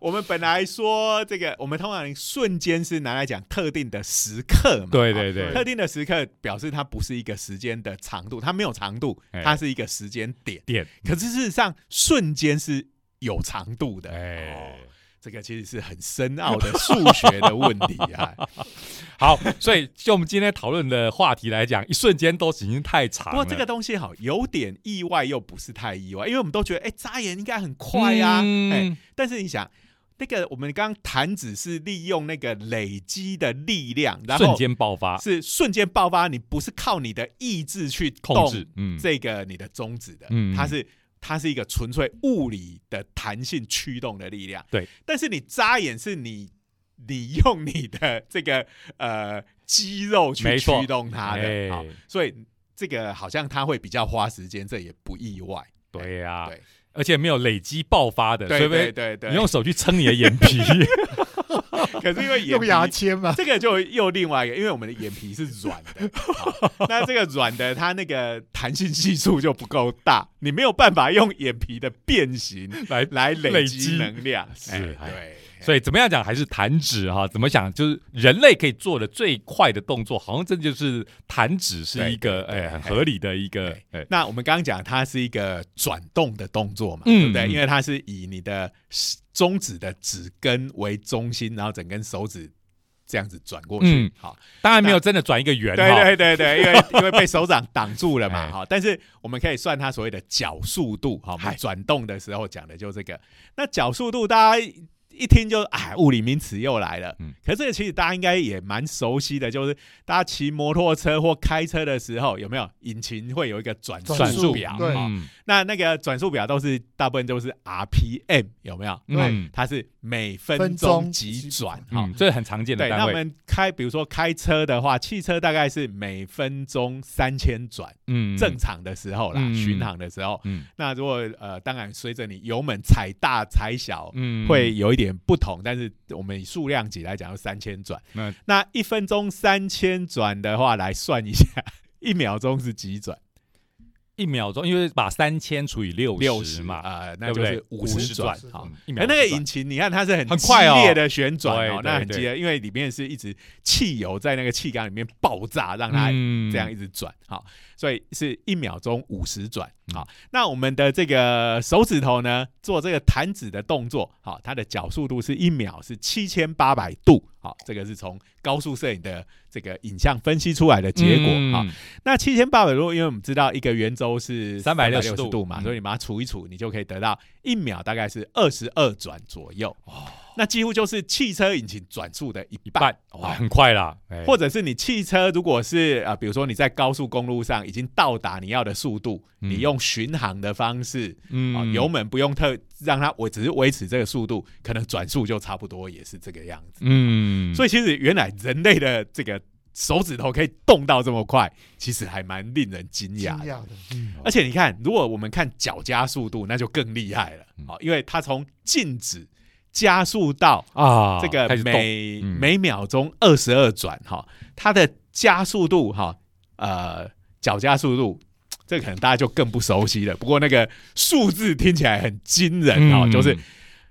A: 我们本来说这个，我们通常瞬间是拿来讲特定的时刻嘛，
B: <laughs> 对
A: 好
B: 对对，
A: 特定的时刻表示它不是一个时间的长度，它没有长度，
B: 哎
A: 它是一个时间点。
B: 点，
A: 可是事实上，瞬间是有长度的。<laughs>
B: 哎
A: 哦，这个其实是很深奥的数学的问题
B: <laughs>
A: 啊。
B: 好，所以就我们今天讨论的话题来讲，一瞬间都已经太
A: 不
B: 长
A: 过
B: 了。
A: 这个东西好，有点意外又不是太意外，因为我们都觉得，哎，眨眼应该很快啊。
B: 嗯
A: 哎，但是你想。那个我们刚刚谈只是利用那个累积的力量，然后
B: 瞬间爆发
A: 是瞬间爆发，你不是靠你的意志去
B: 控
A: 动
B: 制，嗯，
A: 这个你的宗旨的，
B: 嗯
A: 它是它是一个纯粹物理的弹性驱动的力量。
B: 对，
A: 但是你眨眼是你你用你的这个呃肌肉去
B: 没错
A: 驱动它的，好
B: 哎，
A: 所以这个好像它会比较花时间，这也不意外。
B: 对呀、
A: 哎对
B: 而且没有累积爆发的，
A: 对
B: 啊所以
A: 对对对，
B: 你用手去撑你的
A: <laughs>
B: 眼皮，
A: 可是因
B: <laughs>
A: 为眼
C: 用
A: 皮
C: 牙签嘛，
A: 这个就又另外一个，因为我们的眼皮是软的，好那这个软的它那个弹性系数就不够大，你没有办法用眼皮的变形
B: 来
A: <laughs> 来累
B: 累积
A: 积能量。
B: 是
A: 哎
B: 哎
A: 对，
B: 所以怎么样讲还是弹指哈、怎么想就是人类可以做的最快的动作，好像这就是弹指是一个
A: 对对对
B: 哎很合理的一个哎
A: 那我们刚刚讲它是一个转动的动作嘛，
B: 嗯
A: 对不对？
B: 嗯
A: 因为它是以你的中指的指根为中心，然后整根手指这样子转过去。
B: 嗯
A: 好，
B: 当然没有真的转一个圆哈、
A: 对对对对，因为因为被手掌挡住了嘛，
B: 哎
A: 好，但是我们可以算它所谓的角速度，好，我们
B: 嗨
A: 转动的时候讲的就这个。那角速度大家。一听就哎，物理名词又来了。
B: 嗯
A: 可是这个其实大家应该也蛮熟悉的，就是大家骑摩托车或开车的时候，有没有引擎会有一个转速
C: 转速
A: 表？
C: 对
A: 哦
B: 嗯
A: 那那个转速表都是大部分都是 RPM，有没有？
C: 对
B: 嗯
A: 它是每
C: 分
A: 分
C: 钟
A: 钟几
C: 几
A: 转。好、
B: 嗯，这很常见的
A: 对，那
B: 单
A: 我
B: 位，
A: 们开，比如说开车的话，汽车大概是每分钟三千转，
B: 嗯
A: 正常的时候啦，
B: 嗯
A: 巡航的时候。
B: 嗯
A: 那如果呃，当然随着你油门踩大踩小，
B: 嗯
A: 会有一点不同，但是我们以数量级来讲，要三千转。
B: 那
A: 那一分钟三千转的话，来算一下， <laughs> 一秒钟是几转？
B: 一秒钟，因为把三千除以六
A: 六
B: 十
A: 十
B: 嘛，
A: 呃，那就
B: 对不对
A: 是五十转
C: 50。
A: 好
B: 嗯，一
A: 那
B: 秒
A: 那个
B: 钟
A: 引擎，你看它是很
B: 很快哦
A: 激烈的旋转哦
B: 对，
A: 那
B: 对
A: 很激烈，因为里面是一直汽油在那个气缸里面爆炸，让它
B: 嗯
A: 这样一直转，好，所以是一秒钟五十转，
B: 嗯
A: 好，那我们的这个手指头呢，做这个弹指的动作，好，它的角速度是一秒是七千八百度，好，这个是从高速摄影的这个影像分析出来的结果，好，
B: 嗯
A: 那七千八百度，因为我们知道一个圆周是
B: 360
A: 360度嘛，
B: 嗯
A: 所以你把它除一除，你就可以得到一秒大概是二十二转左右，那几乎就是汽车引擎转速的一
B: 哦一
A: 半哦
B: 半，，哇，很快啦，哎
A: 或者是你汽车如果是啊、呃比如说你在高速公路上已经到达你要的速度，
B: 嗯
A: 你用巡航的方式啊、
B: 嗯
A: 油门不用特让它，我只是维持这个速度，可能转速就差不多也是这个样子。
B: 嗯，
A: 所以其实原来人类的这个手指头可以动到这么快，其实还蛮令人惊
C: 惊
A: 讶的。
C: 讶的，嗯
A: 而且你看，如果我们看脚加速度，那就更厉害了，
B: 嗯
A: 好、因为它从静止加速到
B: 啊，
A: 这个
B: 开始动
A: 每、
B: 嗯
A: 每秒钟二十二转哈，它的加速度哈，呃，脚加速度，这可能大家就更不熟悉了。不过那个数字听起来很惊人哦，
B: 嗯
A: 就是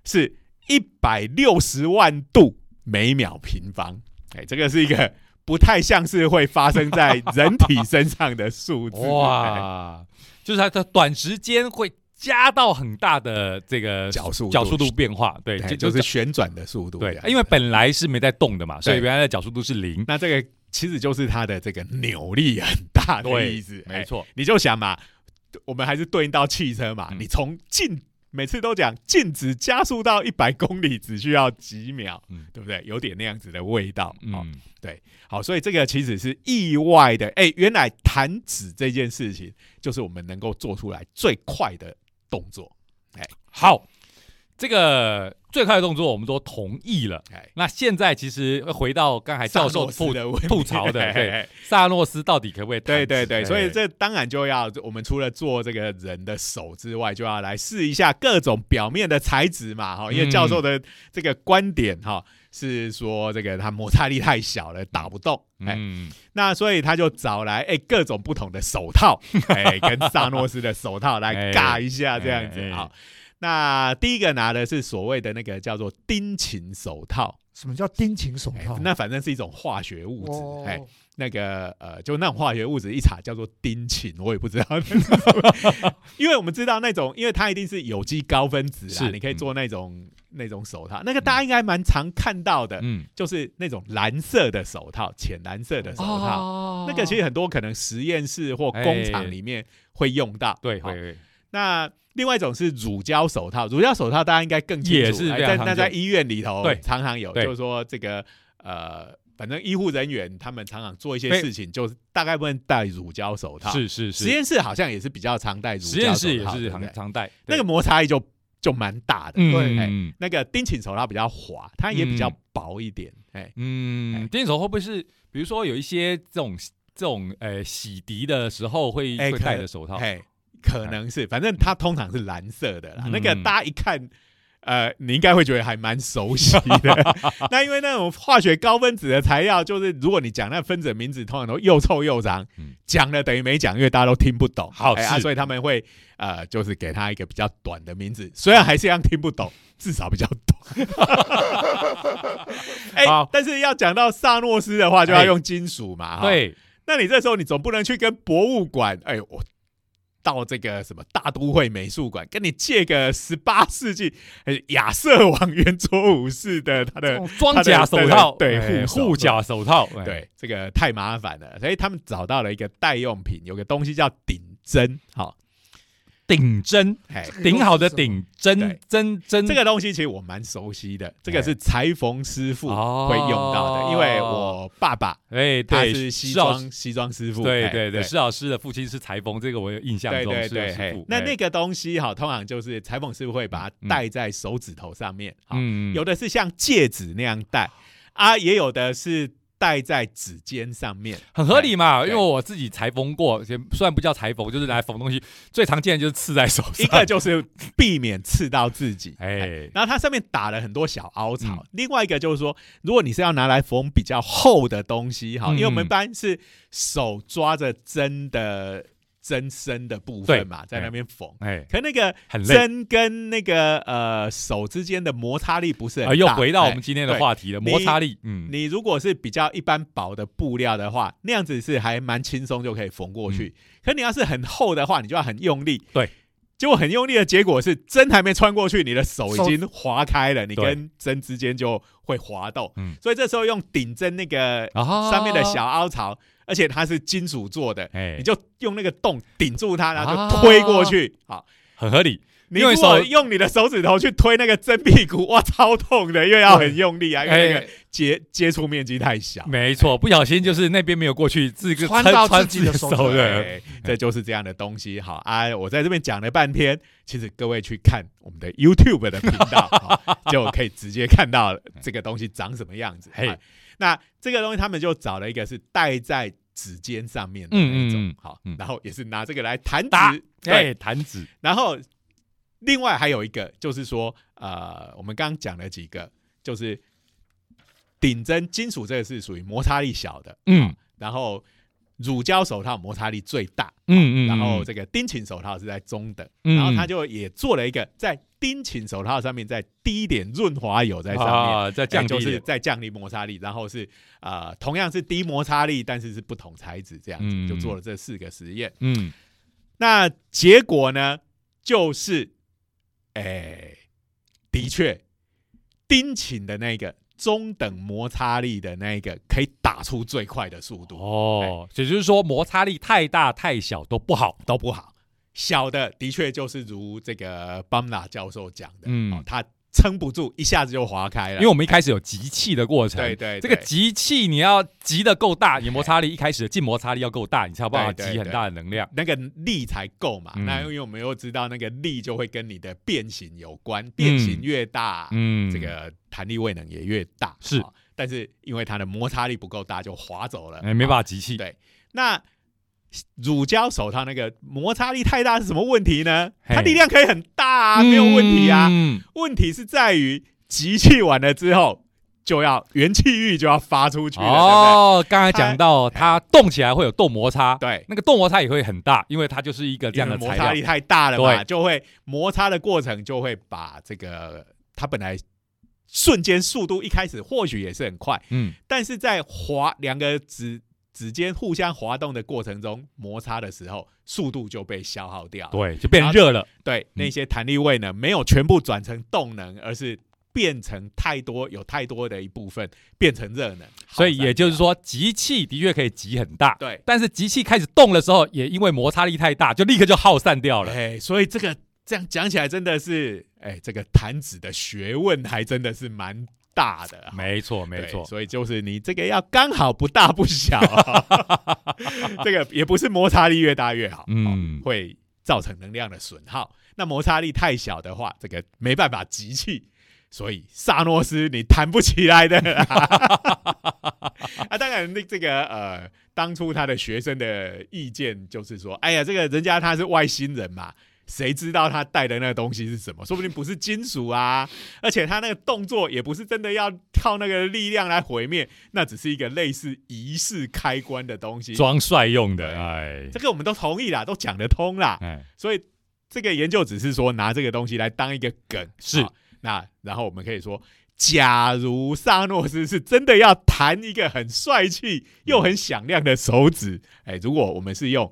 A: 是一百六十万度每秒平方，哎，这个是一个不太像是会发生在人体身上的数字哎
B: <laughs> 哇，就是它的短时间会加到很大的这个
A: 哎角速度
B: 角速度变化，对，
A: 对，就是旋转的速度这
B: 对
A: 样，子，
B: 因为本来是没在动的嘛，所以
A: 对
B: 原来的角速度是零，
A: 那这个其实就是它的这个扭力很大的
B: 对
A: 意思，哎
B: 没错，
A: 你就想嘛，我们还是对应到汽车嘛，
B: 嗯
A: 你从静每次都讲静止加速到一百公里只需要几秒，
B: 嗯
A: 对不对？有点那样子的味道。好、
B: 嗯，
A: 好，所以这个其实是意外的，哎，原来弹指这件事情就是我们能够做出来最快的动作，
B: 好，这个最快的动作我们都同意了。
A: 哎，
B: 那现在其实回到刚才教
A: 萨
B: 授
A: 诺斯
B: 吐
A: 的问题
B: 吐
A: <laughs>
B: 槽的，
A: 哎
B: 对
A: 哎
B: 萨诺斯到底可不可以弹
A: 对
B: 指？
A: 对对，所以
B: 哎
A: 这当然就要我们除了做这个人的手之外，就要来试一下各种表面的材质嘛，哈，因为
B: 嗯
A: 教授的这个观点哈、是说这个它摩擦力太小了，打不动，哎、
B: 嗯，
A: 那所以他就找来哎各种不同的手套，哎，跟萨诺斯的手套来尬一下这样子
B: 哎哎哎
A: 好，那第一个拿的是所谓的那个叫做丁腈手套，
C: 什么叫丁腈手
A: 哎
C: 套？
A: 那反正是一种化学物
C: 哦
A: 质，哎，那个呃，就那种化学物质一查叫做丁腈，我也不知道那是什
B: <laughs>
A: 么因为我们知道那种，因为它一定是有机高分子啊，
B: 是嗯
A: 你可以做那种、那种手套，那个大家应该蛮常看到的，
B: 嗯，
A: 就是那种蓝色的手套，浅蓝色的手套，
B: 哦哎
A: 那个其实很多可能实验室或工厂里面会用到。哦
B: 对，
A: 好
B: 会会
A: 那另外一种是乳胶手套，乳胶手套大家应该更清楚，
B: 也是
A: 哎
B: 非常
A: 在
B: 常
A: 那在
B: 见
A: 医院里头
B: 对
A: 常常有，
B: 对
A: 就是说这个呃，反正医护人员他们常常做一些
B: 非
A: 事情，就是大概不能戴乳胶手套。
B: 是是
A: 实
B: 是，
A: 验室好像也是比较常戴乳
B: 实
A: 胶
B: 验
A: 手
B: 室也
A: 套，对
B: 是
A: 不对
B: 常常戴
A: 那个摩擦力就就蛮大的。
B: 对
C: 对
A: 哎
B: 嗯
A: 那个丁腈手套比较滑，它也比较薄一点，哎、
B: 嗯
A: 哎，
B: 电手会不会是，比如说有一些这种这种呃洗涤的时候会
A: 哎
B: 会
A: 可
B: 戴的手套？
A: 哎，可能是，反正它通常是蓝色的啦。
B: 嗯
A: 那个大家一看，呃，你应该会觉得还蛮熟悉
B: <laughs>
A: 的。那因为那种化学高分子的材料，就是如果你讲那分子名字，通常都又臭又长
B: 嗯，
A: 讲了等于没讲，因为大家都听不懂。
B: 好
A: 哎啊
B: 是
A: 所以他们会呃，就是给他一个比较短的名字，虽然还是一样听不懂，
B: 嗯
A: 至少比较懂。
B: <laughs>
A: 哎
B: 好，
A: 但是要讲到萨诺斯的话，就要
B: 哎
A: 用金属嘛，哈
B: 对，
A: 那你这时候你总不能去跟博物馆，哎，我到这个什么大都会美术馆，跟你借个十八世纪哎亚瑟王圆桌武士的他
B: 这
A: 的
B: 种装甲手
A: 它
B: 套，
A: 的对
B: 哎
A: 护手
B: 护甲手套，哎，
A: 对，这个太麻烦了，所以他们找到了一个代用品，有个东西叫顶针，好、
B: 顶针，
A: 哎，
B: 顶好的顶针
A: 对
B: 针针，
A: 这个东西其实我蛮熟悉的，这个是裁缝师傅
B: 哦
A: 会用到的，因为我爸爸
B: 哎，
A: 他
B: 对，
A: 是西
B: 施老
A: 装西装师傅，
B: 对
A: 哎
B: 对对，施老师的父亲是裁缝，这个我有印象
A: 对
B: 中
A: 对
B: 是个
A: 对，
B: 师
A: 嘿
B: 傅。
A: 那
B: 哎
A: 那个东西哈，通常就是裁缝师傅会把它戴在手指头上面，好
B: 嗯
A: 有的是像戒指那样戴啊，也有的是戴在指尖上
B: <laughs>
A: 面。
B: 很合理嘛，因
A: 对
B: 为我自己裁缝过，也虽然不叫裁缝，就是拿来缝东西，最常见的就是刺在手
A: 一
B: 上。
A: 个就是避免刺到自己，哎，
B: 哎，
A: 然后它上面打了很多小凹槽。
B: 嗯
A: 另外一个就是说，如果你是要拿来缝比较厚的东西，哈、
B: 嗯
A: 因为我们一般是手抓着针的针身的部
B: 对
A: 分嘛，在那边缝。
B: 哎，
A: 可那个
B: 很累
A: 针跟那个呃手之间的摩擦力不是很
B: 啊，
A: 大，
B: 又回到我
A: 哎
B: 们今天的
A: 对
B: 话题了，
A: 你
B: 摩擦力。嗯，
A: 你如果是比较一般薄的布料的话，那样子是还蛮轻松就可以缝过去。可你要是很厚的话，你就要很用力。
B: 嗯对，
A: 结果很用力的结果是针还没穿过去，你的手已
C: 手
A: 经划开了，你
B: 对
A: 跟针之间就会滑动。
B: 嗯
A: 所以这时候用顶针那个
B: 啊
A: 上面的小，凹槽，而且它是金属做的，
B: 哎
A: 你，就用那个洞顶住它，然后
B: 啊
A: 就推过去。好。
B: 很合理。
A: 你
B: 因为
A: 如果
B: 手
A: 用你的手指头去推那个针屁股， <laughs> 哇，超痛的，因为要很用力啊，因为那个
B: 哎，
A: 接接触面积太
B: <laughs>
A: 小。
B: 没错，不小心就是那边没有过去，自己
C: 穿到
B: 穿
C: 自己的
B: 自
C: 手
B: 手的。
A: 对，这就是这样的东西。好啊，我在这边讲了半天，其实各位去看我们的 YouTube 的频
B: <laughs>
A: 道，好就可以直接看到这个东西长什么样子。
B: 嘿
A: 嘿，那这个东西他们就找了一个是戴在指尖上面的
B: 嗯
A: 那种，
B: 嗯嗯
A: 好
B: 嗯，
A: 然后也是拿这个来弹
B: 打
A: 指，对，
B: 哎，弹指，
A: 然后另外还有一个就是说，呃，我们刚刚讲了几个，就是顶针金属这个是属于摩擦力小的，
B: 嗯
A: 然后乳胶手套摩擦力最大，
B: 嗯嗯，
A: 然后
B: 嗯
A: 这个丁腈手套是在中等，
B: 嗯
A: 然后他就也做了一个在丁腈手套上面再滴一点润滑油在上面。
B: 啊，再
A: 这
B: 降
A: 样就
B: 低一
A: 是
B: 点，
A: 在降低摩擦力，然后是呃，同样是低摩擦力，但是是不同材质，这样子、
B: 嗯
A: 就做了这四个实验。
B: 嗯，
A: 那结果呢，就是，哎、的确，丁腈的那个中等摩擦力的那个可以打出最快的速度，
B: 哦，也就是说摩擦力太大太小都不好，
A: 都不好。小的的确就是如这个邦纳教授讲的，
B: 嗯
A: 哦，他撑不住，一下子就滑开了。
B: 因为我们一开始有集气的过程，
A: 啊对哎对对
B: 这个集气你要集的够大，你摩擦力一开始的静摩擦力要够大，你才有办法
A: 对对
B: 集很大的能量。
A: 那个力才够嘛，
B: 嗯
A: 那因为我们又知道那个力就会跟你的变形有关，变形越大，
B: 嗯，
A: 啊这个弹力位能也越大，
B: 是
A: 啊但是因为它的摩擦力不够大，就滑走了，
B: 哎没办
A: 法。
B: 法集气，
A: 啊对那乳胶手套那个摩擦力太大是什么问题呢？
B: 嘿
A: 它力量可以很大啊，没有问题啊。
B: 嗯
A: 问题是在于集气完了之后，就要元气域就要发出去了，
B: 哦，刚才讲到它动起来会有动摩擦，
A: 哎对不对？对。
B: 那个动摩擦也会很大，因为它就是一哦个这
A: 因
B: 样
A: 为
B: 的
A: 摩
B: 材
A: 擦力
B: 料。
A: 太大了嘛，
B: 对
A: 就会摩擦的过程就会把这个它本来瞬间速度一开始或许也是很快，
B: 嗯，
A: 但是在滑两个指指尖互相滑动的过程中摩擦的时候，速度就被消耗掉。
B: 对，嗯就变热了。
A: 对那些弹力位呢，没有全部转成动能，而是变成太多，有太多的一部分变成热能。
B: 所以也就是
A: 耗
B: 说，集气的确可以集很大，
A: 散掉，
B: 但是集气开始动的时候，也因为摩擦力太大，就立刻就耗散掉
A: 对，
B: 了。
A: 哎，所以这个这样讲起来真的是，哎，这个弹指的学问还真的是蛮大的啊。
B: 没错，没
A: 对
B: 错。
A: 所以就是你这个要刚好不大不小 <laughs> 啊，这个也不是摩擦力越大越好，
B: 嗯
A: 嗯，会造成能量的损耗。那摩擦力太小的话，这个没办法集气，所以萨诺斯你弹不起来的 <laughs> 啦啊，当然，那这个呃，当初他的学生的意见就是说，哎呀，这个人家他是外星人嘛。谁知道他带的那个东西是什么？说不定不是金属啊，而且他那个动作也不是真的要靠那个力量来毁灭，那只是一个类似仪式开关的东西。
B: 装帅用的，
A: 对
B: 哎
A: 这，个我们都同意啦，都讲得通啦。
B: 哎，
A: 所以这个研究只是说拿这个东西来当一个梗，
B: 是
A: 啊那然后我们可以说，假如萨诺斯是真的要弹一个很帅气又很响亮的手指，
B: 嗯
A: 哎，如果我们是用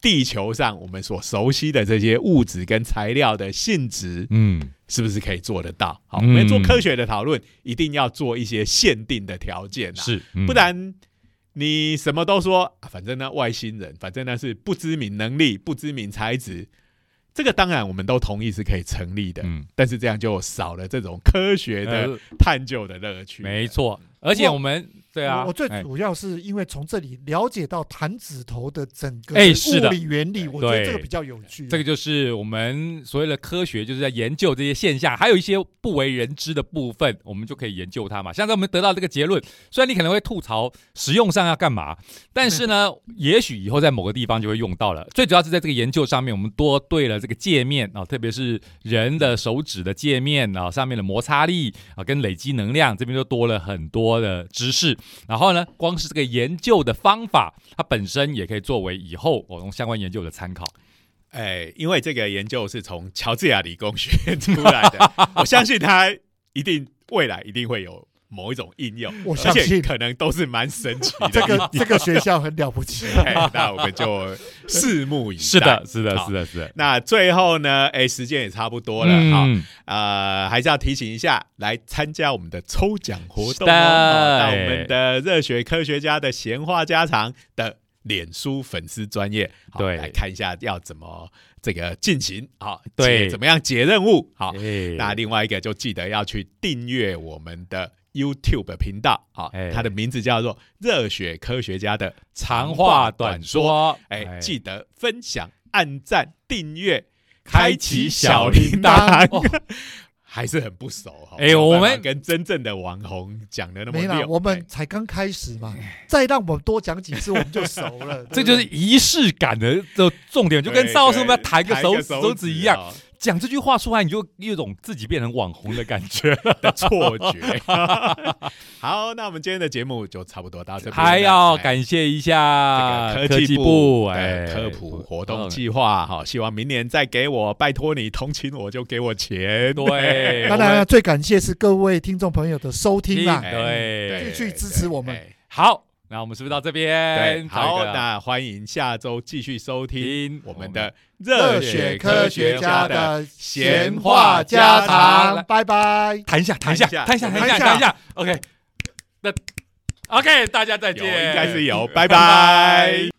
A: 地球上我们所熟悉的这些物质跟材料的性质，
B: 嗯。
A: 是不是可以做得到？好，我
B: 嗯
A: 们做科学的讨论，一定要做一些限定的条件啊，
B: 是，嗯
A: 不然你什么都说，啊反正那外星人，反正那是不知名能力、不知名才质，这个当然我们都同意是可以成立的，
B: 嗯，
A: 但是这样就少了这种科学的
B: 呃
A: 探究的乐趣。
B: 没错，而且我们对啊，
C: 我我最
B: 哎
C: 主要是因为从这里了解到弹指头的整个
B: 哎是的
C: 物理原理，我觉
B: 对
C: 得这个比较有趣啊。
B: 这个就是我们所谓的科学，就是在研究这些现象，还有一些不为人知的部分，我们就可以研究它嘛。像在我们得到这个结论，虽然你可能会吐槽使用上要啊干嘛，但是呢，也许以后在某个地方就会用到了。最主要是在这个研究上面，我们多对了这个界面啊，特别是人的手指的界面啊，上面的摩擦力啊，跟累积能量这边就多了很多的知识。然后呢，光是这个研究的方法，它本身也可以作为以后我们相关研究的参考。
A: 哎，因为这个研究是从乔治亚理工学院出来
B: <laughs>
A: 的，我相信它一定未来一定会有某一种应用，
C: 我
A: 而
C: 相
A: 且
C: 信
A: 可能都是蛮神奇的。
C: 这 <laughs> 个这个学校很了不
B: <laughs>
C: 起。
A: 哎，那我们就拭目以待。
B: 是的，是的，
A: 好
B: 是的，是的。
A: 那最后呢？哎，时间也差不多了，好，
B: 嗯，
A: 呃，还是要提醒一下，来参加我们的抽奖活
B: 是
A: 动哦，
B: 的
A: 哦到我们的热血科学家的闲话家常的脸书粉丝专业，好
B: 对
A: 来看一下要怎么这个进行，好，
B: 对
A: 解怎么样解任务，好，
B: 哎
A: 那另外一个就记得要去订阅我们的 YouTube 频道，好
B: 哎，
A: 它的名字叫做热血科学家的
B: 长话短，说，
A: 哎，记得分享、按赞、订阅。
B: 开启小铃铛。哦
A: <laughs> 还是很不熟哈。
B: 哎
A: 没有办法
B: 我们
A: 跟真正的网红讲的那么
C: 没啦
A: 溜，
C: 我们
A: 哎
C: 才刚开始嘛，再让我们多讲几次，我们就熟了。
B: 哎 <laughs> 这就是
C: 对
B: 仪式感的的重点，就跟
A: 对
B: 上次我们要
A: 对
B: 弹个
A: 弹
B: 手
A: 个
B: 指手指一样。
A: 哦
B: 讲这句话出来，你就有一种自己变成网红的感
A: <laughs>
B: 觉。
A: 哦的错
B: <laughs>
A: 觉。 <laughs> 好，那我们今天的节目就差不多到这边了。
B: 还要
A: 哎
B: 感谢一下
A: 这个
B: 科
A: 科技
B: 技
A: 部
B: 哎，
A: 的科普活动计划，哈，希望明年再给我，拜托你同情我就给我钱。 <laughs>
B: 对，
C: 当然了，最感谢是各位听众朋友的收听啦
B: 哎，
A: 对，
B: 对
C: 继续支持我们
A: 哎
B: 好，那我们是不是到
A: 对
B: 这边？，
A: 好，
B: 这个
A: 那欢迎下周继续收听
B: 听
A: 我们的热
C: 热血
A: 血
C: 科
A: 科
C: 学
A: 学
C: 家
A: 家的
C: 的
A: 闲
B: 话家常
C: 拜拜。
B: 弹一下，弹一下，弹
A: 弹
B: 一
A: 一
B: 下，
A: 下
B: 弹一下，弹一下。OK，那 OK，大家再
A: 有，
B: 见，
A: <laughs> 应该是有，拜拜。